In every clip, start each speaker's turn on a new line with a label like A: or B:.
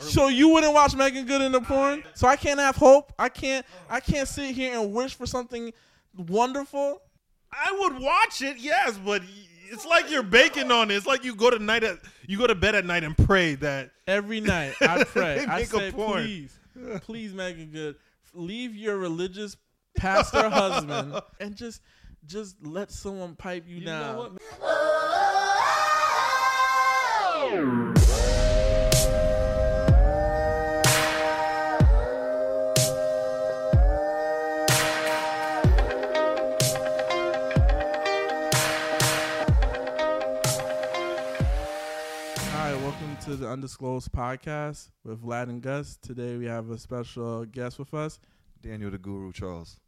A: So you wouldn't watch Megan Good in the porn? So I can't have hope. I can't. I can't sit here and wish for something wonderful.
B: I would watch it, yes, but it's like you're baking on it. It's like you go to night at you go to bed at night and pray that
A: Every night I pray.
B: Make
A: I
B: a
A: say,
B: porn.
A: please, please, Megan Good, leave your religious pastor husband and just, just let someone pipe you, down. Hi, welcome to the Undisclosed Podcast with Vlad and Gus. Today we have a special guest with us,
C: Daniel the Guru Charles.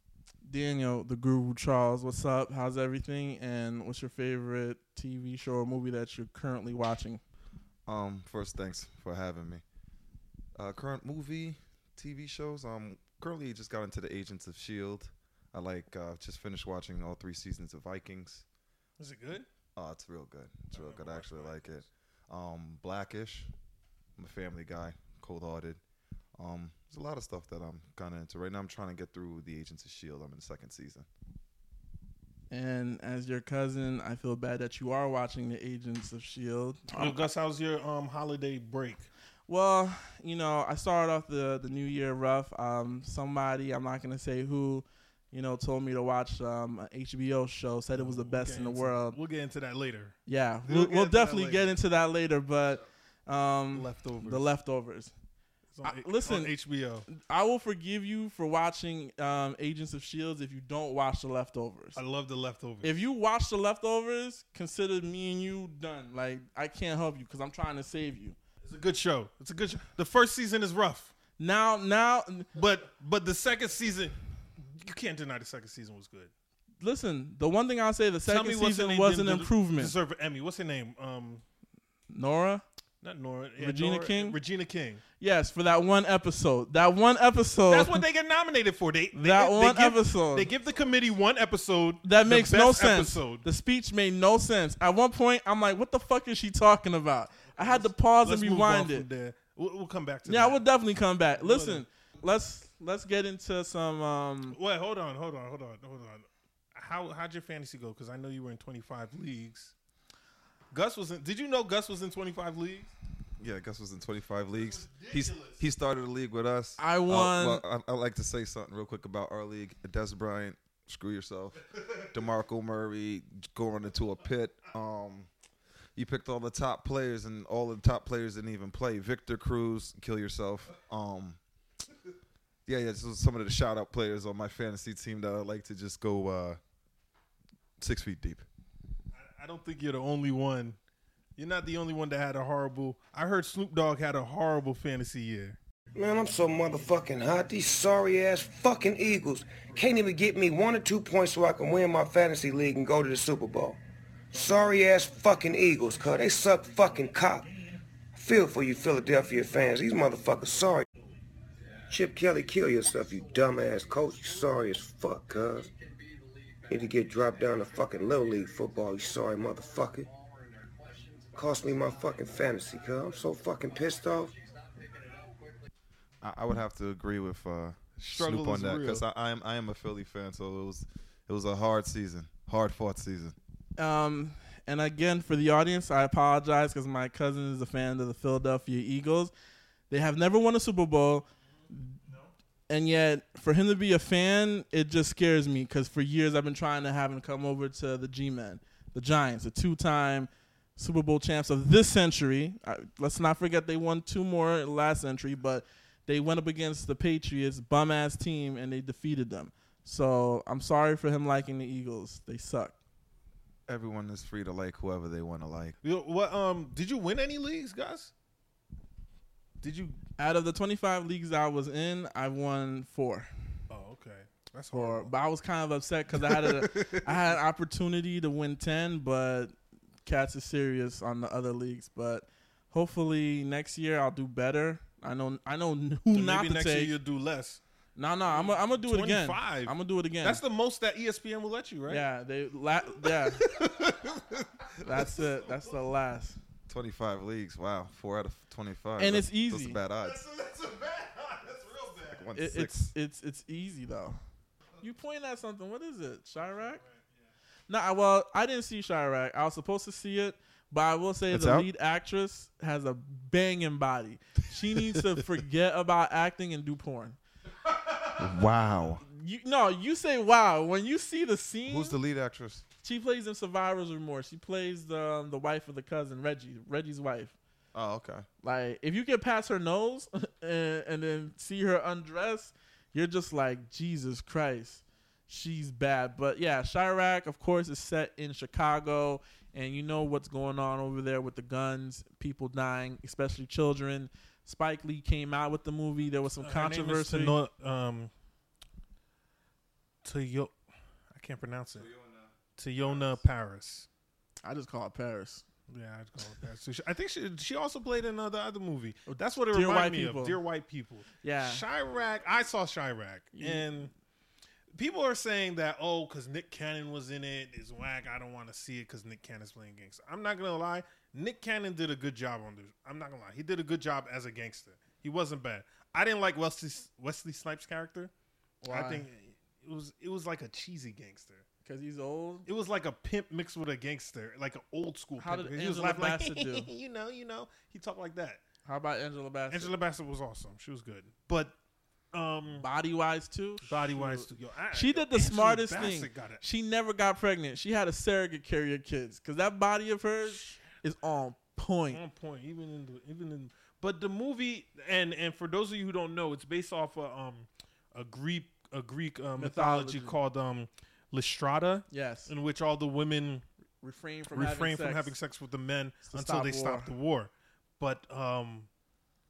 A: Daniel the Guru Charles. What's up? How's everything? And what's your favorite TV show or movie that you're currently watching?
C: Um, first, thanks for having me. Uh, current movie, TV shows. Um, currently just got into the Agents of Shield. I like uh, just finished watching all three seasons of Vikings.
B: Is it good?
C: Oh, it's real good. It's real good. I
B: watch
C: actually like it. Um, Blackish. I'm a family guy, cold hearted. Um, there's a lot of stuff that I'm kind of into right now. I'm trying to get through the Agents of Shield. E I'm in the second season.
A: And as your cousin, I feel bad that you are watching The Agents of S.H.I.E.L.D.
B: Yo, Gus, how's your um holiday break?
A: Well, you know, I started off the, the new year rough. Um, somebody, I'm not going to say who, you know, told me to watch um, an HBO show, said it was the
B: We'll
A: best
B: get
A: in the
B: into-
A: world.
B: We'll get into that later.
A: Yeah,
B: We'll
A: we'll,
B: get
A: we'll
B: into that
A: definitely
B: later.
A: get into that later, but um,
B: Leftovers.
A: the leftovers.
B: It's on
A: I-
B: H-
A: listen.
B: on HBO.
A: I will forgive you for watching um, Agents of Shields if you don't watch the leftovers.
B: I love the leftovers.
A: If you watch the leftovers, consider me and you done. Like I can't help you because I'm trying to save you.
B: it's a good show. It's a good show. The first season is rough,
A: Now, now,
B: but but the second season, you can't deny the second season was good.
A: listen. The one thing I'll say, the
B: Tell
A: second
B: me what's her
A: season
B: name
A: was an
B: didn't de-
A: improvement.
B: Deserve an Emmy. What's her name? Um,
A: Nora,
B: not Nora. yeah,
A: Regina
B: Nora-
A: King?
B: Regina King.
A: yes, for that one episode. That one episode.
B: That's what they get nominated for. They, they
A: That
B: they
A: one
B: give,
A: episode.
B: They give the committee one episode.
A: That
B: the
A: makes no
B: best
A: sense.
B: Episode.
A: The speech made no sense. At one point, I'm like, "What the fuck is she talking about?" I had to pause
B: Let's
A: and
B: move on
A: rewind
B: from
A: it.
B: there. We'll, we'll come back to
A: Yeah,
B: that.
A: we'll definitely come back.
B: We'll
A: Listen, let's let's get into some. Um,
B: Wait, hold on, hold on, hold on, hold on. How how'd your fantasy go? Because I know you were in 25 leagues. Gus was in. Did you know Gus was in 25 leagues?
C: Yeah, Gus was in 25 leagues. He's he started a league with us.
A: I
C: Uh,
A: won-
C: well, I, I'd like to say something real quick about our league. Des Bryant, screw yourself. Demarco Murray going into a pit. Um, you picked all the top players, and all the top players didn't even play. Victor Cruz, kill yourself. Um, yeah, yeah. So some of the shout out players on my fantasy team that I like to just go uh, six feet deep.
B: I, I don't think you're the only one. You're not the only one that had a horrible. I heard Snoop Dogg had a horrible fantasy year.
D: Man, I'm so motherfucking hot. These sorry ass fucking Eagles can't even get me one or two points so I can win my fantasy league and go to the Super Bowl. Sorry ass fucking Eagles, cuz they suck fucking cock. Feel for you Philadelphia fans. These motherfuckers sorry. Chip Kelly, kill yourself, you dumbass coach. You sorry as fuck, cuz. Need to get dropped down to fucking Little League football, you sorry motherfucker. Cost me my fucking fantasy, cuz. I'm so fucking pissed off.
C: I, I would have to agree with uh,
B: Struggle
C: Snoop on
B: is
C: that
B: real.
C: because I, I am I am a Philly fan, so it was it was a hard season, hard fought season.
A: um, and again, for the audience, I apologize because my cousin is a fan of the Philadelphia Eagles. They have never won a Super Bowl, and yet for him to be a fan, it just scares me because for years I've been trying to have him come over to the G-Men, the Giants, the two-time Super Bowl champs of this century. I, let's not forget they won two more last century, but they went up against the Patriots, bum ass team, and they defeated them. So I'm sorry for him liking the Eagles. They suck.
C: Everyone is free to like whoever they want to like.
B: You know, what um? Did you win any leagues, Gus? Did you?
A: out of the 25 leagues I was in, I won four.
B: Oh, okay. That's
A: Four,
B: horrible.
A: but I was kind of upset because I had a, I had an opportunity to win 10, but cats is serious on the other leagues. But hopefully next year I'll do better. I know I know who
B: And
A: not
B: Maybe
A: to
B: next year
A: take.
B: you'll do less.
A: no, no, I'm gonna do it again.
B: 25.
A: I'm gonna do it again.
B: That's the most that E ESPN will let you, right?
A: yeah, they la- yeah. That's it. That's the last.
C: 25 leagues. Wow, four out of 25.
A: And
C: That's-
A: it's easy.
C: Those are bad odds.
B: that's a bad. That's real bad.
C: One
A: It,
C: six.
A: it's it's it's easy though. You point at something. What is it, Chirac? No, I well, I didn't see Chirac. I was supposed to see it, but I will say
C: It's
A: the
C: out?
A: lead actress has a banging body. She needs to forget about acting and do porn.
C: wow.
A: You no, you say wow when you see the scene.
C: Who's the lead actress?
A: she plays in Survivor's Remorse. She plays the um, the wife of the cousin Reggie, Reggie's wife.
C: Oh, okay.
A: Like if you get past her nose and, and then see her undress, you're just like Jesus Christ, she's bad. But yeah, Chirac, of course, is set in Chicago, and you know what's going on over there with the guns, people dying, especially children. Spike Lee came out with the movie. There was some controversy.
B: um, Toyo, I can't pronounce it. Toyona Paris.
A: I just call it Paris.
B: Yeah, I'd call it that. So she, I think she she also played in uh, the other movie. That's what it
A: Dear White
B: reminded me
A: People.
B: of. Dear White People.
A: Yeah.
B: Chirac. I saw Chirac,
A: Yeah.
B: and people are saying that oh, because Nick Cannon was in it, it's whack. I don't want to see it because Nick Cannon's playing gangster. I'm not gonna lie. Nick Cannon did a good job on this. I'm not gonna lie. He did a good job as a gangster. He wasn't bad. I didn't like Wesley Wesley Snipes' character. I
A: Why?
B: think it was it was like a cheesy gangster.
A: Cause he's old.
B: It was like a pimp mixed with a gangster, like an old school.
A: How
B: pimp.
A: did
B: he was
A: Angela
B: laughing like,
A: Bassett do?
B: You know, you know. He talked like that.
A: How about Angela Bassett?
B: Angela Bassett was awesome. She was good, but um,
A: Body wise too.
B: body wise, yo, I-
A: She
B: yo,
A: did the
B: Angela
A: smartest
B: Bassett
A: thing.
B: got it.
A: She never got pregnant. She had a surrogate carrier kids because that body of hers is on point.
B: on point, even in the, even in. But the movie, and and for those of you who don't know, it's based off a um a Greek a Greek uh, mythology,
A: Mythology.
B: called um Lystrata,
A: Yes,
B: in which all the women
A: refrain from
B: refrain
A: having
B: from
A: sex.
B: having sex with the men
A: to
B: until
A: stop
B: they
A: war.
B: stop the war. But um,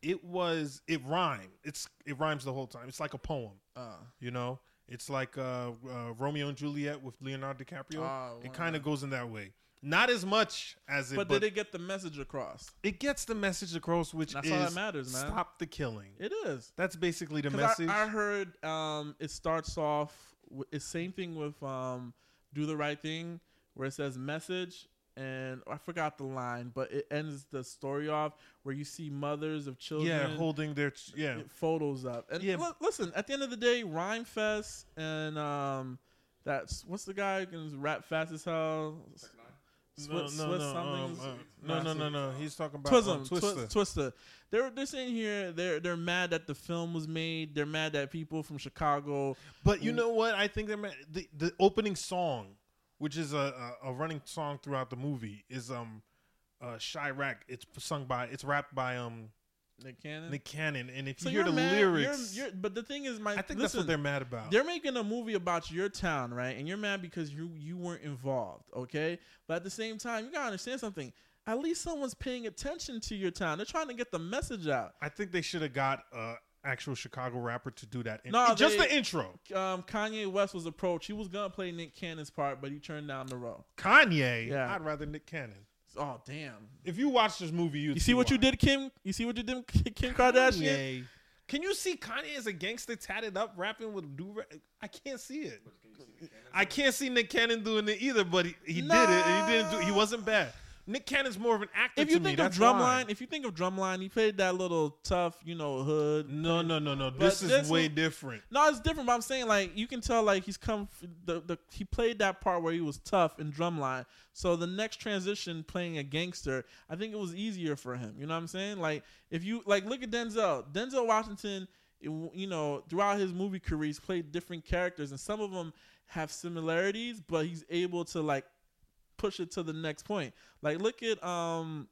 B: it was it rhymed. It's it rhymes the whole time. It's like a poem.
A: Uh,
B: You know, it's like uh, uh, Romeo and Juliet with Leonardo DiCaprio.
A: Ah,
B: it
A: wow.
B: kind of goes in that way. Not as much as it,
A: but
B: but,
A: did
B: it,
A: it get the message across?
B: gets the message across, which
A: That's
B: is
A: all that matters, man.
B: stop the killing.
A: It is.
B: That's basically the
A: 'Cause
B: message.
A: I, I heard um, it starts off. With, it's same thing with um, "Do the Right Thing," where it says message, and I forgot the line, but it ends the story off where you see mothers of children.
B: yeah, holding their ch- yeah.
A: photos up. And
B: Yeah.
A: li- listen, at the end of the day, Rhyme Fest and um, that's what's the guy who can rap fast as hell? Swiss,
B: no, no,
A: Swiss
B: no, um,
A: something?
B: uh, no, no, no, no. He's talking about um,
A: Twism,
B: Twister.
A: Twister. Twister. They're they're saying here they're they're mad that the film was made. They're mad that people from Chicago.
B: But you know what? I think they're ma- the the opening song, which is a, a a running song throughout the movie, is um, uh, Chirac. It's sung by, it's rapped by um
A: Nick Cannon.
B: Nick Cannon, and if
A: so
B: you hear
A: you're
B: the
A: mad- you're-
B: lyrics,
A: you're- but the thing is, my
B: I think
A: listen,
B: that's what they're mad about.
A: They're making a movie about your town, right? And you're mad because you you weren't involved, okay? But at the same time, you gotta understand something. At least someone's paying attention to your town. They're trying to get the message out.
B: I think they should have got a actual Chicago rapper to do that. In-
A: No,
B: just
A: they-
B: the intro.
A: Um, Kanye West was approached. He was gonna play Nick Cannon's part, but he turned down the role.
B: Kanye.
A: Yeah.
B: I'd rather Nick Cannon.
A: Oh damn!
B: If you watch this movie, you
A: You see what you did, Kim? You see what you did, Kim Kardashian?
B: Kanye. Can you see Kanye as a gangster tatted up rapping with do? I can't see it. I can't see Nick Cannon doing it either. But he, he did it. And he didn't do. He wasn't bad. Nick Cannon's more of an actor.
A: If you
B: to me,
A: think of
B: that's why.
A: Drumline, if you think of Drumline, he played that little tough, you know, hood.
B: no, no, no, no. This is
A: this
B: way
A: was-
B: different.
A: No, it's different. But I'm saying like you can tell like he's come f- the, the he played that part where he was tough in drumline. So the next transition playing a gangster, I think it was easier for him. You know what I'm saying? Like if you like look at Denzel, Denzel Washington, it w- you know throughout his movie career, he's played different characters, and some of them have similarities, but he's able to like push it to the next point. Like look at um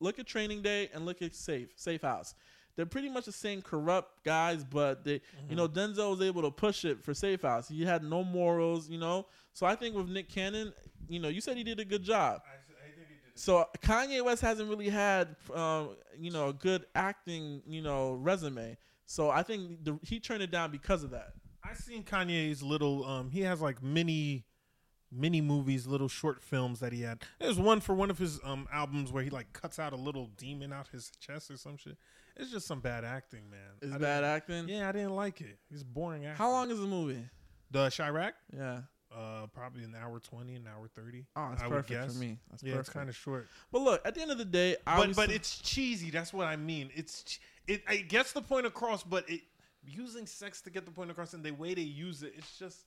A: look at Training Day and look at Safe Safe House. They're pretty much the same corrupt guys, but they you know
B: Mm-hmm.
A: Denzel was able to push it for Safe House. He had no morals, you know. So I think with Nick Cannon, you know, you said he did a good job. So Kanye West hasn't really had, um, you know, a good acting, you know, resume. So I think the, he turned it down because of that.
B: I seen Kanye's little. Um, he has like mini, mini movies, little short films that he had. There's one for one of his um albums where he like cuts out a little demon out his chest or some shit. It's just some bad acting, man. I
A: Is
B: didn't-
A: bad acting?
B: Yeah, I didn't like it. It's boring. Acting.
A: How long is the movie?
B: The Chirac?
A: Yeah.
B: Uh, probably an hour twenty, an hour thirty.
A: Oh, that's
B: I would
A: perfect
B: guess.
A: for me. That's
B: yeah,
A: perfect.
B: it's kind of short.
A: But look, at the end of the day, I
B: But but it's cheesy. That's what I mean. It's ch- it. It gets the point across, but it using sex to get the point across and the way they use it, it's just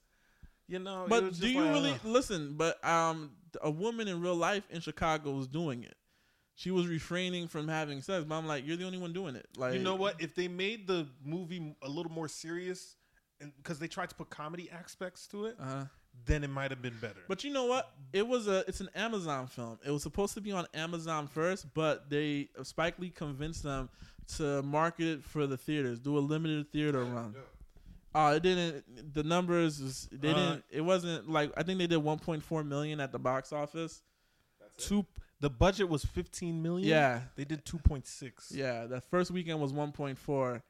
B: you know. it was
A: But do
B: just
A: you
B: like, uh,
A: really
B: ugh.
A: listen? But um, a woman in real life in Chicago was doing it. She was refraining from having sex, but I'm like, you're the only one doing it. Like,
B: You know what? If they made the movie a little more serious, and because they tried to put comedy aspects to it,
A: Uh,
B: then it might have been better.
A: but you know what? It was a. It's an Amazon film. It was supposed to be on Amazon first, but they uh, Spike Lee convinced them to market it for the theaters, do a limited theater run. Uh, it didn't. The numbers was, they
B: Uh,
A: didn't. It wasn't like I think they did 1.4 million at the box office.
B: two, the budget was fifteen million.
A: Yeah,
B: they did two point six.
A: yeah. That first weekend was 1.4.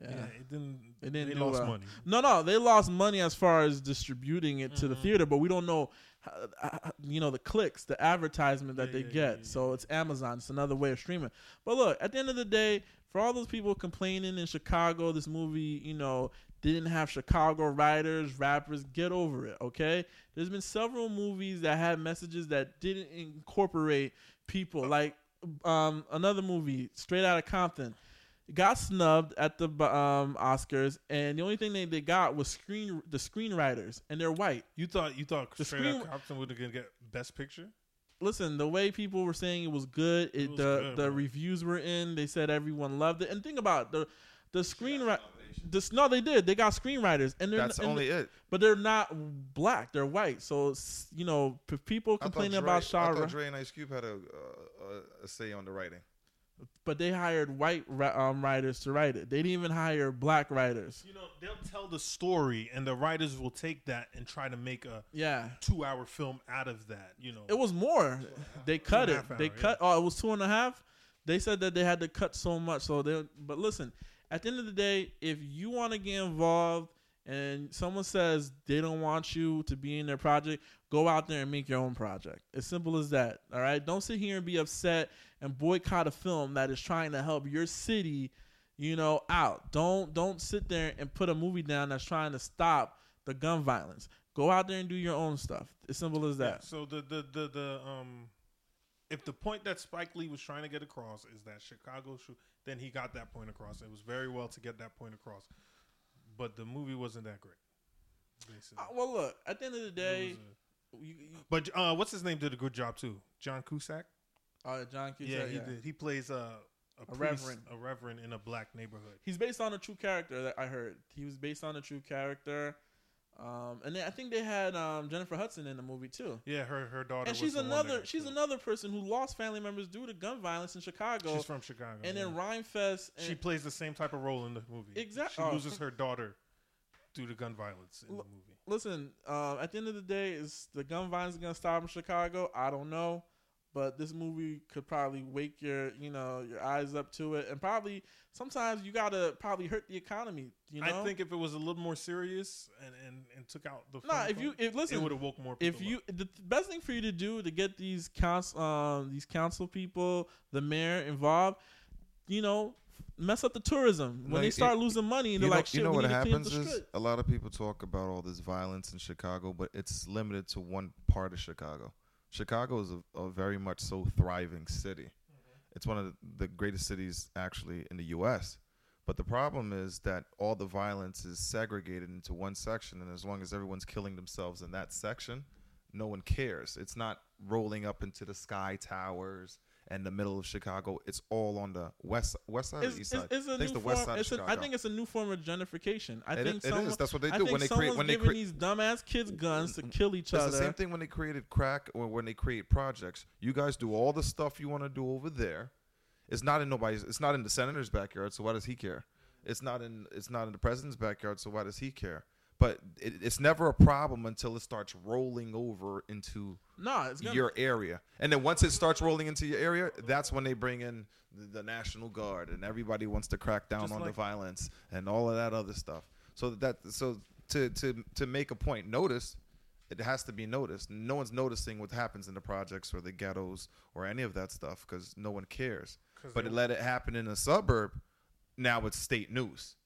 B: yeah, it didn't.
A: It didn't
B: They
A: do
B: lost
A: well.
B: money.
A: No, no, they lost money as far as distributing it to
B: Mm-hmm.
A: the theater, but we don't know, how, uh, you know, the clicks, the advertisement that
B: Yeah,
A: they
B: yeah, yeah,
A: get.
B: yeah,
A: so it's Amazon. It's another way of streaming. But look, at the end of the day, for all those people complaining in Chicago, this movie, you know, didn't have Chicago writers, rappers. Get over it, okay? There's been several movies that had messages that didn't incorporate people. Like um, another movie, Straight Outta Compton got snubbed at the um, Oscars, and the only thing they, they got was screen the screenwriters, and they're white.
B: You thought you thought
A: The
B: Straight Outta
A: screen-
B: Compton would have get best picture.
A: Listen, the way people were saying it was good, it,
B: was
A: the
B: good,
A: the
B: bro.
A: reviews were in. They said everyone loved it, and think about it, the the screenwriter. This, no, they did. They got screenwriters, and they're
C: That's
A: and-
C: only it.
A: But they're not black; they're white. So it's, you know, p- people
C: I thought
A: complaining
C: Dre-
A: about
C: I
A: Shara,
C: thought Dre and Ice Cube had a, uh, a, a say on the writing.
A: but they hired white ri- um, writers to write it. They didn't even hire black writers.
B: You know, they'll tell the story, and the writers will take that and try to make a
A: Yeah,
B: two-hour film out of that. You know,
A: It was more. They cut
B: Two
A: it.
B: and a half
A: they
B: hour,
A: cut. Oh, it was two and a half. They said that they had to cut so much. So they. But listen, at the end of the day, if you want to get involved and someone says they don't want you to be in their project, go out there and make your own project. As simple as that. All right. Don't sit here and be upset and boycott a film that is trying to help your city, you know, out. Don't don't sit there and put a movie down that's trying to stop the gun violence. Go out there and do your own stuff. As simple as
B: Yeah,
A: that.
B: So the the the the um, if the point that Spike Lee was trying to get across is that Chicago shoot, then he got that point across. It was very well to get that point across, but the movie wasn't that great. Basically,
A: Uh, well, look. At the end of the
B: It
A: day,
B: was a-
A: you, you-
B: but uh, what's his name did a good job too. John Cusack.
A: uh, John Cusack.
B: yeah, he did. He plays uh, a, priest,
A: reverend.
B: a reverend in a black neighborhood.
A: He's based on a true character that I heard. He was based on a true character, um, and then I think they had um, Jennifer Hudson in the movie too.
B: Yeah, her her daughter.
A: And
B: was
A: she's
B: the one
A: another
B: that-
A: she's another person who lost family members due to gun violence in Chicago.
B: She's from Chicago.
A: and
B: yeah.
A: then Rhymefest. And
B: she plays the same type of role in the movie.
A: Exact-
B: She
A: oh.
B: loses her daughter due to gun violence in
A: Look,
B: the movie.
A: listen, um, at the end of the day, is the gun violence gonna stop in Chicago? I don't know, but this movie could probably wake your you know your eyes up to it, and probably sometimes you gotta probably hurt the economy. You know,
B: I think if it was a little more serious and and, and took out the
A: Nah,
B: phone
A: if you
B: call,
A: if
B: it
A: listen,
B: would have woke more people.
A: if you the th- best thing for you to do to get these council um these council people, the mayor involved, you know, mess up the tourism when
C: No,
A: they
C: you-
A: start losing money and
C: you
A: they're
C: know,
A: like, shit,
C: you know
A: we need
C: what
A: to clean up
C: happens
A: the
C: is
A: street.
C: a lot of people talk about all this violence in Chicago, but it's limited to one part of Chicago. Chicago is a, a very much so thriving city.
A: Mm-hmm.
C: It's one of the, the greatest cities actually in the U.S. But the problem is that all the violence is segregated into one section, and as long as everyone's killing themselves in that section, no one cares. It's not rolling up into the sky towers and the middle of Chicago. It's all on the west west side, or
A: It's, it's,
C: east side.
A: it's a
C: I think
A: new
C: it's the
A: form.
C: west side
A: It's
C: of
A: a,
C: Chicago.
A: I think it's a new form of gentrification. I
C: It i-
A: think
C: it
A: someone,
C: is. That's what they
A: I
C: do
A: think
C: when they create-
A: someone's
C: when they
A: giving
C: crea-
A: these dumbass kids guns to kill each
C: It's
A: other.
C: the same thing when they created crack or when they create projects. You guys do all the stuff you want to do over there. It's not in nobody's. It's not in the senator's backyard. So why does he care? It's not in. It's not in the president's backyard. So why does he care? But it, it's never a problem until it starts rolling over into
A: Nah, it's gonna,
C: your area. And then once it starts rolling into your area, that's when they bring in the, the National Guard and everybody wants to crack down
B: Just
C: on the
B: like-
C: violence and all of that other stuff. So that so to to to make a point, notice it has to be noticed. No one's noticing what happens in the projects or the ghettos or any of that stuff because no one cares.
B: 'Cause
C: But
B: they-
C: it let it happen in a suburb. Now it's state news.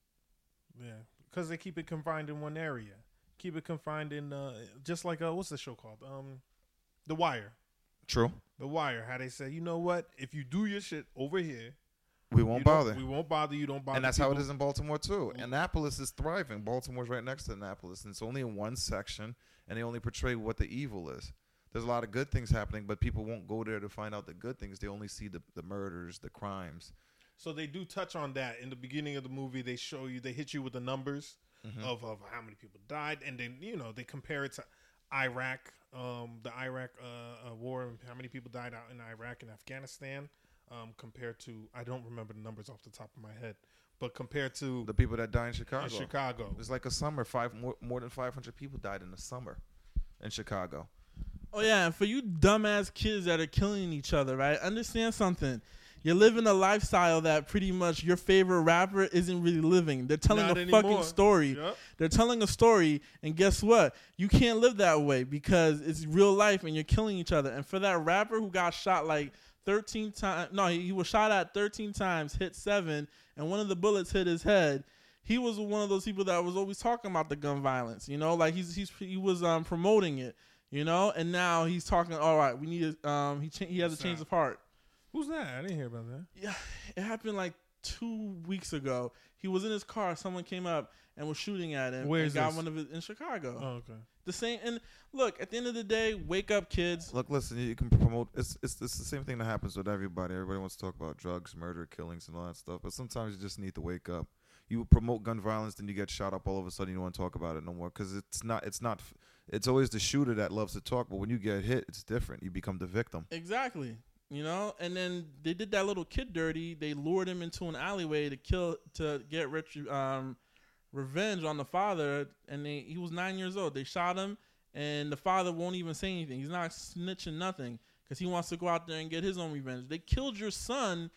B: yeah, because they keep it confined in one area. keep it confined in uh, just like uh, what's the show called? Um, The Wire.
C: True.
B: The Wire. How they say, you know what? If you do your shit over here,
C: We
B: you
C: won't
B: don't-
C: bother.
B: We won't bother you. Don't bother.
C: and that's how it
B: people.
C: is in Baltimore too. Annapolis is thriving. Baltimore's right next to Annapolis, and it's only in one section, and they only portray what the evil is. There's a lot of good things happening, but people won't go there to find out the good things. They only see the, the murders, the crimes.
B: So they do touch on that in the beginning of the movie. They show you, they hit you with the numbers
A: Mm-hmm.
B: of, of how many people died, and then you know they compare it to Iraq, um, the Iraq uh, uh, war, and how many people died out in Iraq and Afghanistan, um, compared to I don't remember the numbers off the top of my head, but compared to
C: The people that die in Chicago.
B: in Chicago,
C: It's like a summer. Five more, more than 500 people died in the summer in Chicago.
A: Oh yeah, and for you dumbass kids that are killing each other, right? Understand something. You're living a lifestyle that pretty much your favorite rapper isn't really living. They're telling
B: Not
A: a
B: anymore.
A: fucking story.
B: Yup.
A: They're telling a story, and guess what? You can't live that way because it's real life, and you're killing each other. And for that rapper who got shot like 13 times, no, he, he was shot at 13 times, hit seven, and one of the bullets hit his head. He was one of those people that was always talking about the gun violence. You know, like he's, he's he was um, promoting it. You know, and now he's talking. All right, we need. to, Um, he cha- he has a change of heart
B: who's that? I didn't hear about that.
A: yeah, it happened like two weeks ago. He was in his car. Someone came up and was shooting at him.
B: Where
A: and
B: is
A: got
B: this?
A: one of his in Chicago.
B: Oh, okay.
A: The same. And look, at the end of the day, wake up, kids.
C: Look, listen, you can promote. It's, it's it's the same thing that happens with everybody. Everybody wants to talk about drugs, murder, killings, and all that stuff. But sometimes you just need to wake up. You promote gun violence, then you get shot up. All of a sudden, you don't want to talk about it no more because it's not. It's not. f- It's always the shooter that loves to talk. But when you get hit, it's different. You become the victim.
A: Exactly. You know, and then they did that little kid dirty. They lured him into an alleyway to kill to get rich um, revenge on the father, and they, he was nine years old. They shot him, and the father won't even say anything. He's not snitching nothing because he wants to go out there and get his own revenge. They killed your son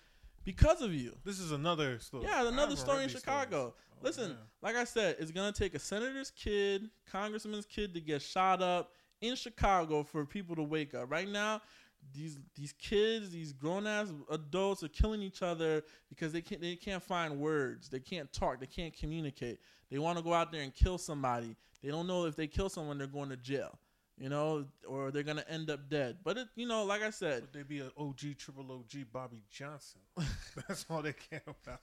A: because of you.
B: This is another story. I
A: Yeah, another
B: haven't
A: story
B: read
A: in
B: these
A: Chicago.
B: stories. Oh,
A: Listen,
B: yeah.
A: like I said, it's gonna take a senator's kid, congressman's kid to get shot up in Chicago for people to wake up. Right now, these these kids, these grown ass adults are killing each other because they can't they can't find words, they can't talk, they can't communicate. They want to go out there and kill somebody. They don't know if they kill someone, they're going to jail, you know, or they're gonna end up dead. But it, you know, like I said,
B: Would they be an OG triple OG Bobby Johnson? That's all they care about.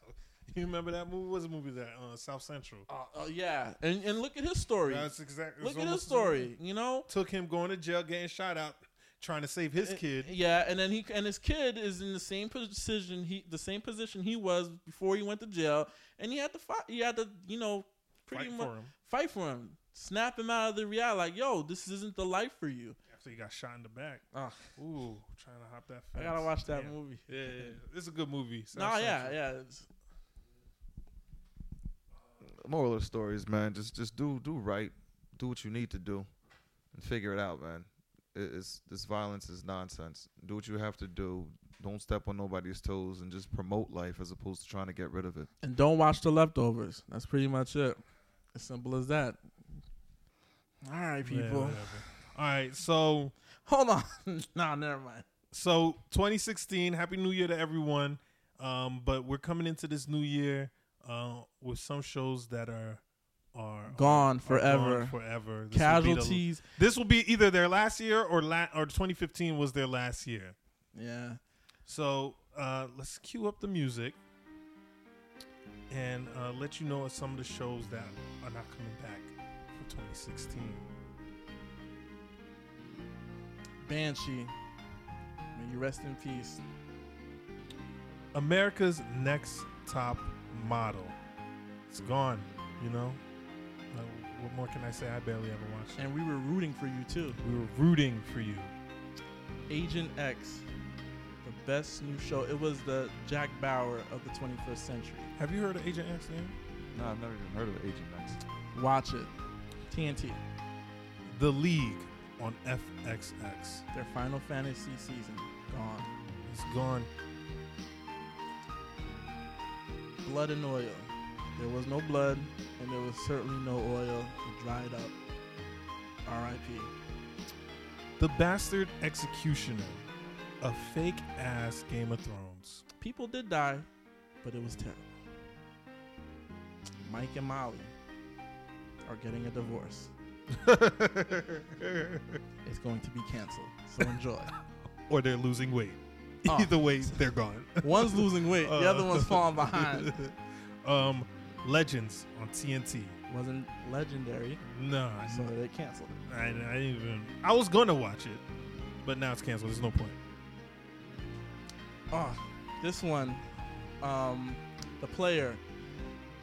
B: You remember that movie? What's the movie that uh, South Central?
A: oh yeah, and and look at his story.
B: uh, That's exactly.
A: Look
B: it's
A: at his
B: almost-
A: story, you know.
B: Took him going to jail, getting shot out, trying to save his kid.
A: Yeah, and then he and his kid is in the same position he the same position he was before he went to jail, and he had to fight. He had to you know pretty
B: Fight
A: much
B: for him.
A: fight for him, snap him out of the reality. Like, yo, this isn't the life for you.
B: After he got shot in the back.
A: Ugh,
B: Ooh, trying to hop that.
A: Ah. I
B: Fence.
A: gotta watch that
B: Damn.
A: movie.
B: Yeah, yeah, yeah. it's a good movie. South
A: Nah, yeah,
B: Central.
A: yeah. it's-
C: Moral of the story is, man, just just do do right, do what you need to do, and figure it out, man. It, it's this violence is nonsense. Do what you have to do. Don't step on nobody's toes, and just promote life as opposed to trying to get rid of it.
A: And don't watch the leftovers. That's pretty much it. As simple as that. All right,
B: Yeah,
A: people.
B: whatever. All right, so
A: Hold on. nah, never mind.
B: so 2016 happy new year to everyone um but we're coming into this new year uh with some shows that are are
A: Gone
B: are
A: forever.
B: gone forever This will be the-
A: Casualties.
B: this will be either their last year or la- or 2015 was their last year
A: Yeah.
B: so uh let's cue up the music and uh, let you know of some of the shows that are not coming back for 2016
A: Banshee. May you rest in peace.
B: America's next top model. It's gone, you know? Like, what more can I say? I barely ever watched it.
A: And we were rooting for you too.
B: We were rooting for you.
A: Agent X, the best new show. It was the Jack Bauer of the 21st century.
B: Have you heard of Agent X name?
C: No, I've never even heard of Agent X.
A: Watch it. TNT,
B: The League on FXX.
A: their Final Fantasy season, gone.
B: It's gone.
A: Blood and oil. There was no blood, and there was certainly no oil. It dried up. R.I.P.
B: The Bastard Executioner. A fake ass Game of Thrones.
A: People did die, but it was terrible. Mike and Molly are getting a divorce. It's going to be canceled. So enjoy.
B: or they're losing weight.
A: Oh.
B: Either way, they're gone. Uh,
A: one's losing weight, the other one's falling behind.
B: um, Legends on TNT.
A: Wasn't legendary, Mm.
B: No,
A: so they canceled it.
B: I, I didn't even. I was gonna watch it, but now it's canceled. There's no point.
A: Oh, this one, um, the player,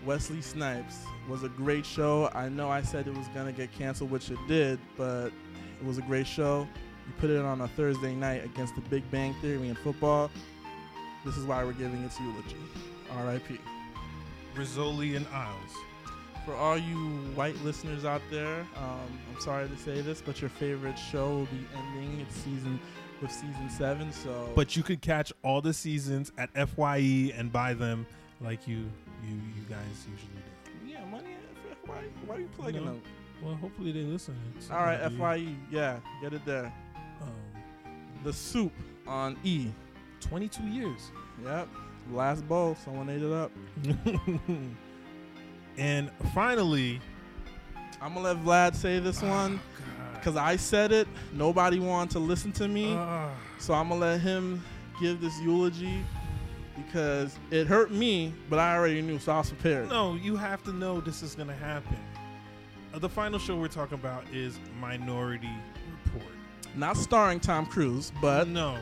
A: Wesley Snipes, was a great show. I know I said it was gonna get canceled, which it did, but it was a great show. You put it on a Thursday night against the Big Bang Theory in football. This is why we're giving its eulogy. R.I.P.
B: Rizzoli and Isles.
A: For all you white listeners out there, um, I'm sorry to say this, but your favorite show will be ending its season with season seven. So,
B: But you could catch all the seasons at Fye and buy them like you you you guys usually do.
A: yeah, money. Why, why are you plugging
B: No.
A: them?
B: Well, hopefully they listen. It's
A: All right, E.
B: gonna be,
A: FYE. Yeah, get it there.
B: um,
A: The soup on E.
B: 22 years.
A: Yep. Last bowl, someone ate it up.
B: and finally,
A: I'm gonna let Vlad say
B: Oh, Ah.
A: this one because I said it. Nobody wanted to listen to me,
B: Ah.
A: so I'm gonna let him give this eulogy because it hurt me, but I already knew, so I was prepared.
B: No, you have to know this is going to happen. Uh, The final show we're talking about is Minority Report.
A: Not starring Tom Cruise, but
B: no.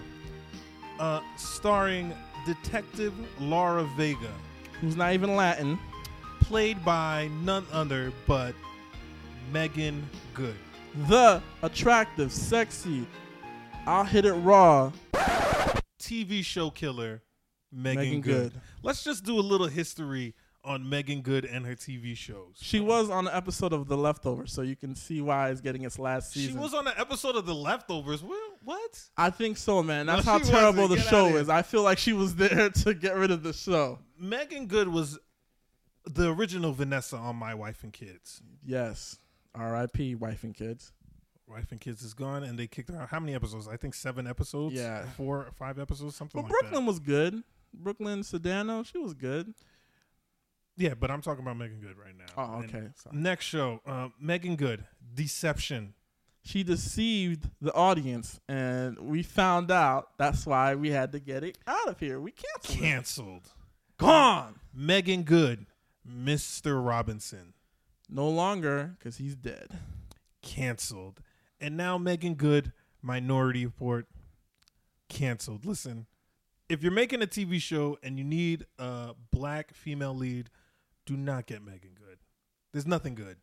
B: Uh, starring Detective Laura Vega,
A: who's not even Latin.
B: played by none other but Megan Good.
A: The attractive, sexy, I'll hit it raw.
B: TV show killer, Megan,
A: Megan
B: Good.
A: Good.
B: Let's just do a little history on Megan Good and her TV shows.
A: She was on an episode of The Leftovers, so you can see why it's getting its last
B: She
A: season.
B: was on an episode of The Leftovers. Wha- What?
A: I think so, man. That's
B: No,
A: how
B: she
A: terrible
B: wasn't.
A: the
B: Get
A: show
B: outta here.
A: is. I feel like she was there to get rid of the show.
B: Megan Good was the original Vanessa on My Wife and Kids.
A: Yes. R.I.P. Wife and kids.
B: Wife and Kids is gone, and they kicked her out. How many episodes? I think seven episodes.
A: Yeah.
B: four or five episodes, something
A: But
B: like
A: Brooklyn was good. Brooklyn Sedano, she was good.
B: that. Yeah, but I'm talking about Megan Good right now.
A: Oh,
B: And
A: okay. Sorry.
B: next show, uh, Megan Good, Deception.
A: She deceived the audience, and we found out. That's why we had to get it out of here. We canceled. it.
B: Cancelled.
A: Gone.
B: Megan Good, Mr. Robinson.
A: No longer, because he's dead.
B: Cancelled. And now Megan Good, Minority Report, canceled. Listen, if you're making a TV show and you need a black female lead, do not get Megan Good. There's nothing good.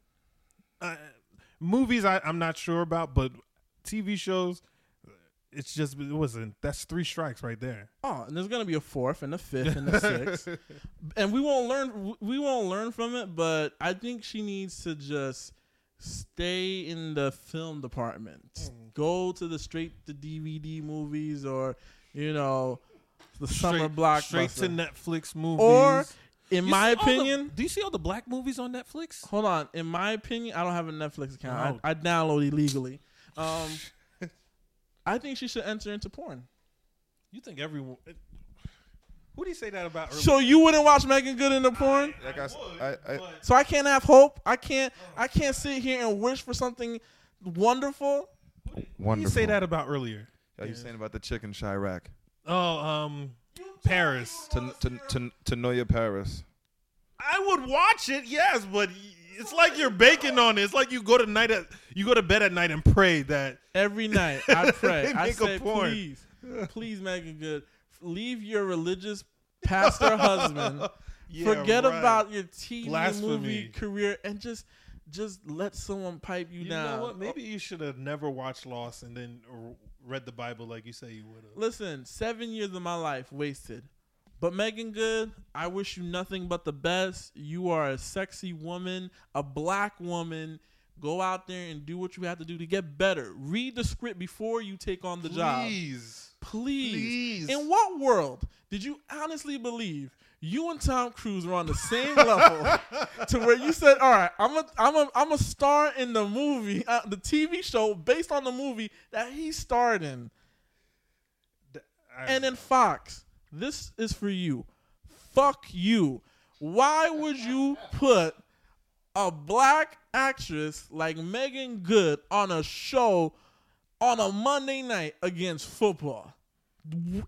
B: Uh, movies, I, I'm not sure about, but TV shows, it's just, it wasn't. That's three strikes right there.
A: Oh, and there's gonna be a fourth and a fifth and a sixth, and we won't learn. We won't learn from it, but I think she needs to just stay in the film department.
B: Mm.
A: Go to the straight to DVD movies, or you know, the summer blockbuster.
B: Straight to Netflix movies.
A: Or, in
B: You
A: my
B: see all the-
A: opinion,
B: do you see all the black movies on Netflix?
A: hold on. In my opinion, I don't have a Netflix account.
B: Oh.
A: I, I download illegally. Um, I think she should enter into porn.
B: You think everyone? Who do you say that about? earlier?
A: So you wouldn't watch Megan Good in the porn?
C: Like I, s-
B: would,
C: I- I-
B: but-
A: So I can't have hope. I can't. I can't sit here and wish for something wonderful.
B: Who do you
C: wonderful.
B: say that about earlier?
C: Are you saying about the chicken Chirac?
B: Oh, um, Paris.
C: To to to to know your Paris.
B: I would watch it, yes, but it's like you're baking on it. It's like you go to night at you go to bed at night and pray that
A: Every night I pray.
B: They
A: I
B: make a
A: say,
B: porn.
A: please, please, Megan Good, leave your religious pastor husband.
B: Yeah,
A: Uh, Forget
B: right.
A: about your TV
B: Blasphemy.
A: movie career and just just let someone pipe you,
B: You
A: down.
B: know what? Maybe you should have never watched Lost and then r- read the Bible like you say you would have.
A: Listen, seven years of my life wasted. But Megan Good, I wish you nothing but the best. You are a sexy woman, a black woman. Go out there and do what you have to do to get better. Read the script before you take on the job.
B: Please.
A: Please.
B: Please.
A: In what world did you honestly believe you and Tom Cruise were on the same level to where you said, "All right, I'm a I'm a I'm a star in the movie, uh, the TV show based on the movie that he starred in."
B: Th- I-
A: And then Fox, this is for you. Fuck you. Why would you put a black actress like Megan Good on a show on a Monday night against football?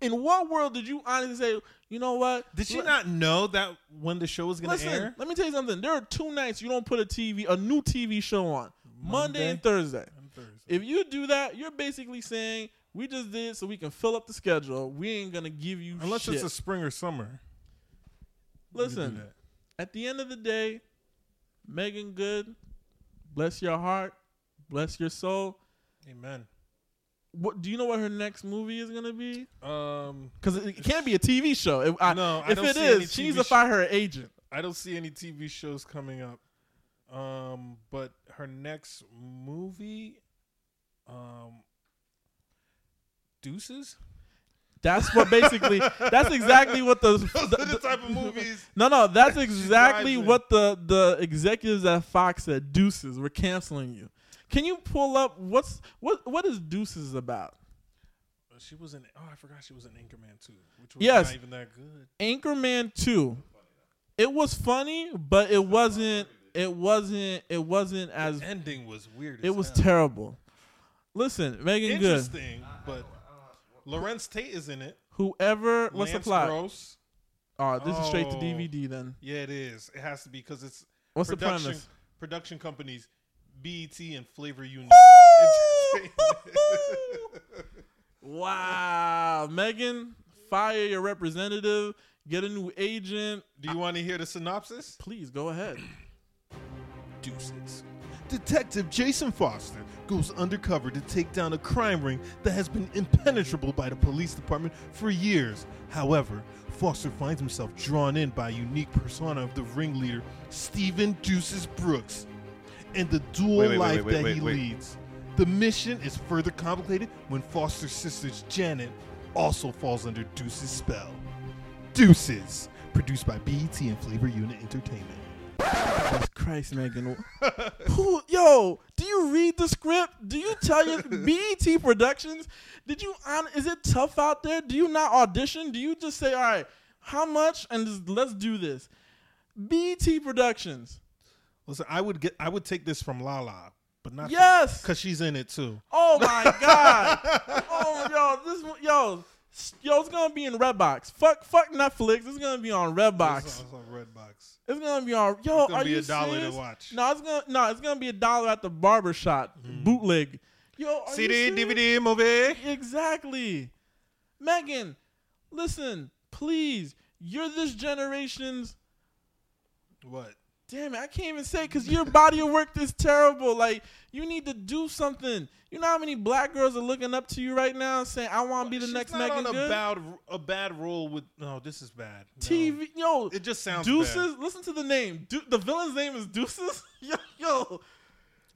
A: In what world did you honestly say, you know what?
B: Did you
A: Let-
B: not know that when the show was going to
A: Listen,
B: air?
A: let me tell you something. There are two nights you don't put a TV, a new TV show on Monday, and Thursday. If you do that, you're basically saying we just did so we can fill up the schedule. We ain't gonna give you
B: Unless
A: shit.
B: it's a spring or summer. you can do
A: Listen,
B: that.
A: at the end of the day, Megan Good, bless your heart, bless your soul.
B: Amen.
A: What do you know? What her next movie is gonna be?
B: Um,
A: Because it, it can't be a TV show. If, I,
B: No, I
A: if
B: don't
A: it
B: see any
A: is, she
B: TV
A: needs to
B: sh-
A: fire her agent.
B: I don't see any TV shows coming up. Um, but her next movie, um, Deuces.
A: That's what basically. that's exactly what the
B: Those are the type of movies.
A: No, no, that's exactly
B: drives in.
A: what the the executives at Fox said. Deuces, we're canceling you. Can you pull up what's what what is Deuces about?
B: She was in. Oh, I forgot she was in Anchorman too, which was
A: Yes.
B: not even that good.
A: Anchorman Two. It was funny, but it wasn't. It wasn't. It wasn't as.
B: Ending was weird.
A: It
B: as
A: was
B: hell.
A: terrible. Listen, Megan Good.
B: interesting, but Lorenz Tate is in it.
A: Whoever. What's the
B: Lance
A: plot?
B: Gross.
A: Oh, this is straight to
B: Oh.
A: DVD then.
B: Yeah, it is. It has to be because it's
A: What's the
B: production,
A: premise?
B: Production companies, BET and Flavor Union.
A: wow, Megan, fire your representative. Get a new agent.
B: Do you want to hear the synopsis?
A: Please go ahead.
B: Deuces. Detective Jason Foster goes undercover to take down a crime ring that has been impenetrable by the police department for years. However, Foster finds himself drawn in by a unique persona of the ringleader, Stephen Deuces Brooks, and the dual
C: Wait, wait, wait,
B: life
C: wait,
B: that
C: wait,
B: he
C: wait.
B: leads. The mission is further complicated when Foster's sister Janet also falls under Deuce's spell. Deuces, produced by BET and Flavor Unit Entertainment.
A: Jesus Christ, Megan. Who, yo, do you read the script? Do you tell your BET Productions? Did you on? Is it tough out there? Do you not audition? Do you just say, all right, how much, and just, let's do this? BET Productions.
B: Listen, I would get, I would take this from Lala, but not
A: Yes.
B: because she's in it too.
A: Oh my god. oh yo, this one- yo. s- Yo, it's gonna be in Redbox. Fuck, fuck Netflix. It's gonna be on Redbox.
B: It's on Redbox.
A: It's gonna be on. Yo,
B: gonna
A: are
B: be
A: you
B: a dollar to
A: serious?
B: watch. Hmm.
A: No, it's gonna no, it's gonna be a dollar at the barber shop bootleg. Yo, are
B: CD,
A: you serious?
B: DVD, movie.
A: Exactly. Megan, listen, please. You're this generation's.
B: What?
A: Damn it, I can't even say because your body of work is terrible. Like you need to do something. You know how many black girls are looking up to you right now, saying, "I want to be the
B: she's
A: next
B: not
A: Megan
B: on a
A: Good."
B: bad, a bad role with. No, this is bad. No.
A: TV, yo,
B: It just sounds
A: Deuces.
B: bad.
A: Listen to the name. Du- the villain's name is Deuces. yo, yo.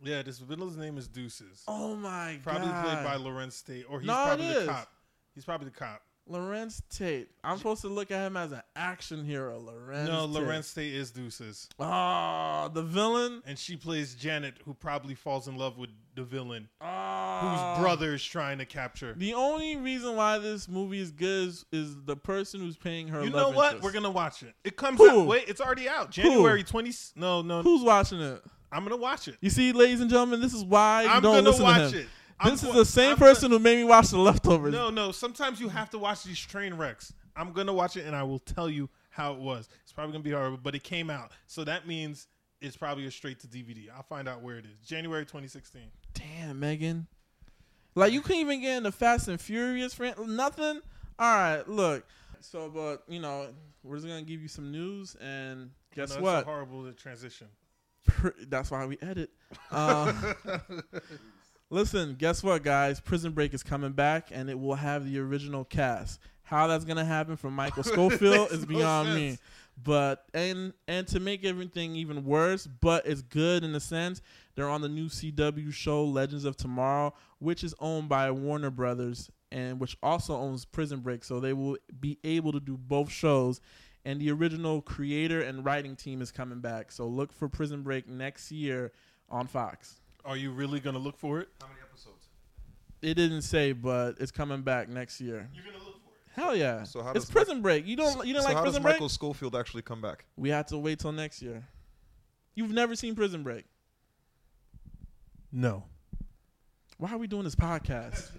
B: Yeah, this villain's name is Deuces.
A: Oh my
B: Probably
A: god.
B: played by Lorenz State, or he's
A: No, it
B: probably the
A: is.
B: cop. He's probably the cop.
A: Lorenz Tate. I'm supposed to look at him as an action hero. Lorenz.
B: no,
A: Tate.
B: Lorenz State is Deuces,
A: Oh, the villain.
B: and she plays Janet, who probably falls in love with the villain, whose
A: Oh.
B: brother is trying to capture.
A: The only reason why this movie is good is, is the person who's paying her.
B: You
A: love
B: know what?
A: interest.
B: We're gonna watch it. It comes
A: Who?
B: out. Wait, it's already out. January twenty. No, no, no.
A: Who's watching it?
B: I'm gonna watch it.
A: You see, ladies and gentlemen, this is why you
B: I'm
A: don't
B: gonna
A: listen
B: watch
A: to him.
B: it. I'm
A: this is
B: go-
A: the same
B: I'm
A: person who made me watch The Leftovers.
B: No, no. Sometimes you have to watch these train wrecks. I'm gonna watch it, and I will tell you how it was. It's probably gonna be horrible, but it came out, so that means it's probably a straight to DVD. I'll find out where it is. January 2016.
A: Damn, Megan. Like you couldn't even get into Fast and Furious for nothing. All right, look. So, but you know, we're just gonna give you some news, and guess
B: No, that's
A: what?
B: A horrible transition.
A: Pr- that's why we edit. Um, listen, guess what, guys? Prison Break is coming back, and it will have the original cast. How that's gonna happen for Michael Schofield
B: Makes
A: is
B: no
A: beyond me.
B: sense.
A: But and and to make everything even worse, but it's good in a sense. They're on the new CW show Legends of Tomorrow, which is owned by Warner Brothers and which also owns Prison Break, so they will be able to do both shows. And the original creator and writing team is coming back, so look for Prison Break next year on Fox.
B: Are you really gonna look for it?
C: How many episodes?
A: It didn't say, but it's coming back next year.
B: You're gonna look for it.
A: Hell yeah!
C: So how
A: it's
C: does
A: Prison Break. You don't you don't
C: so
A: like
C: how
A: Prison
C: does
A: Break?
C: Michael Schofield actually come back?
A: we have to wait till next year. You've never seen Prison Break.
B: No.
A: Why are we doing this podcast?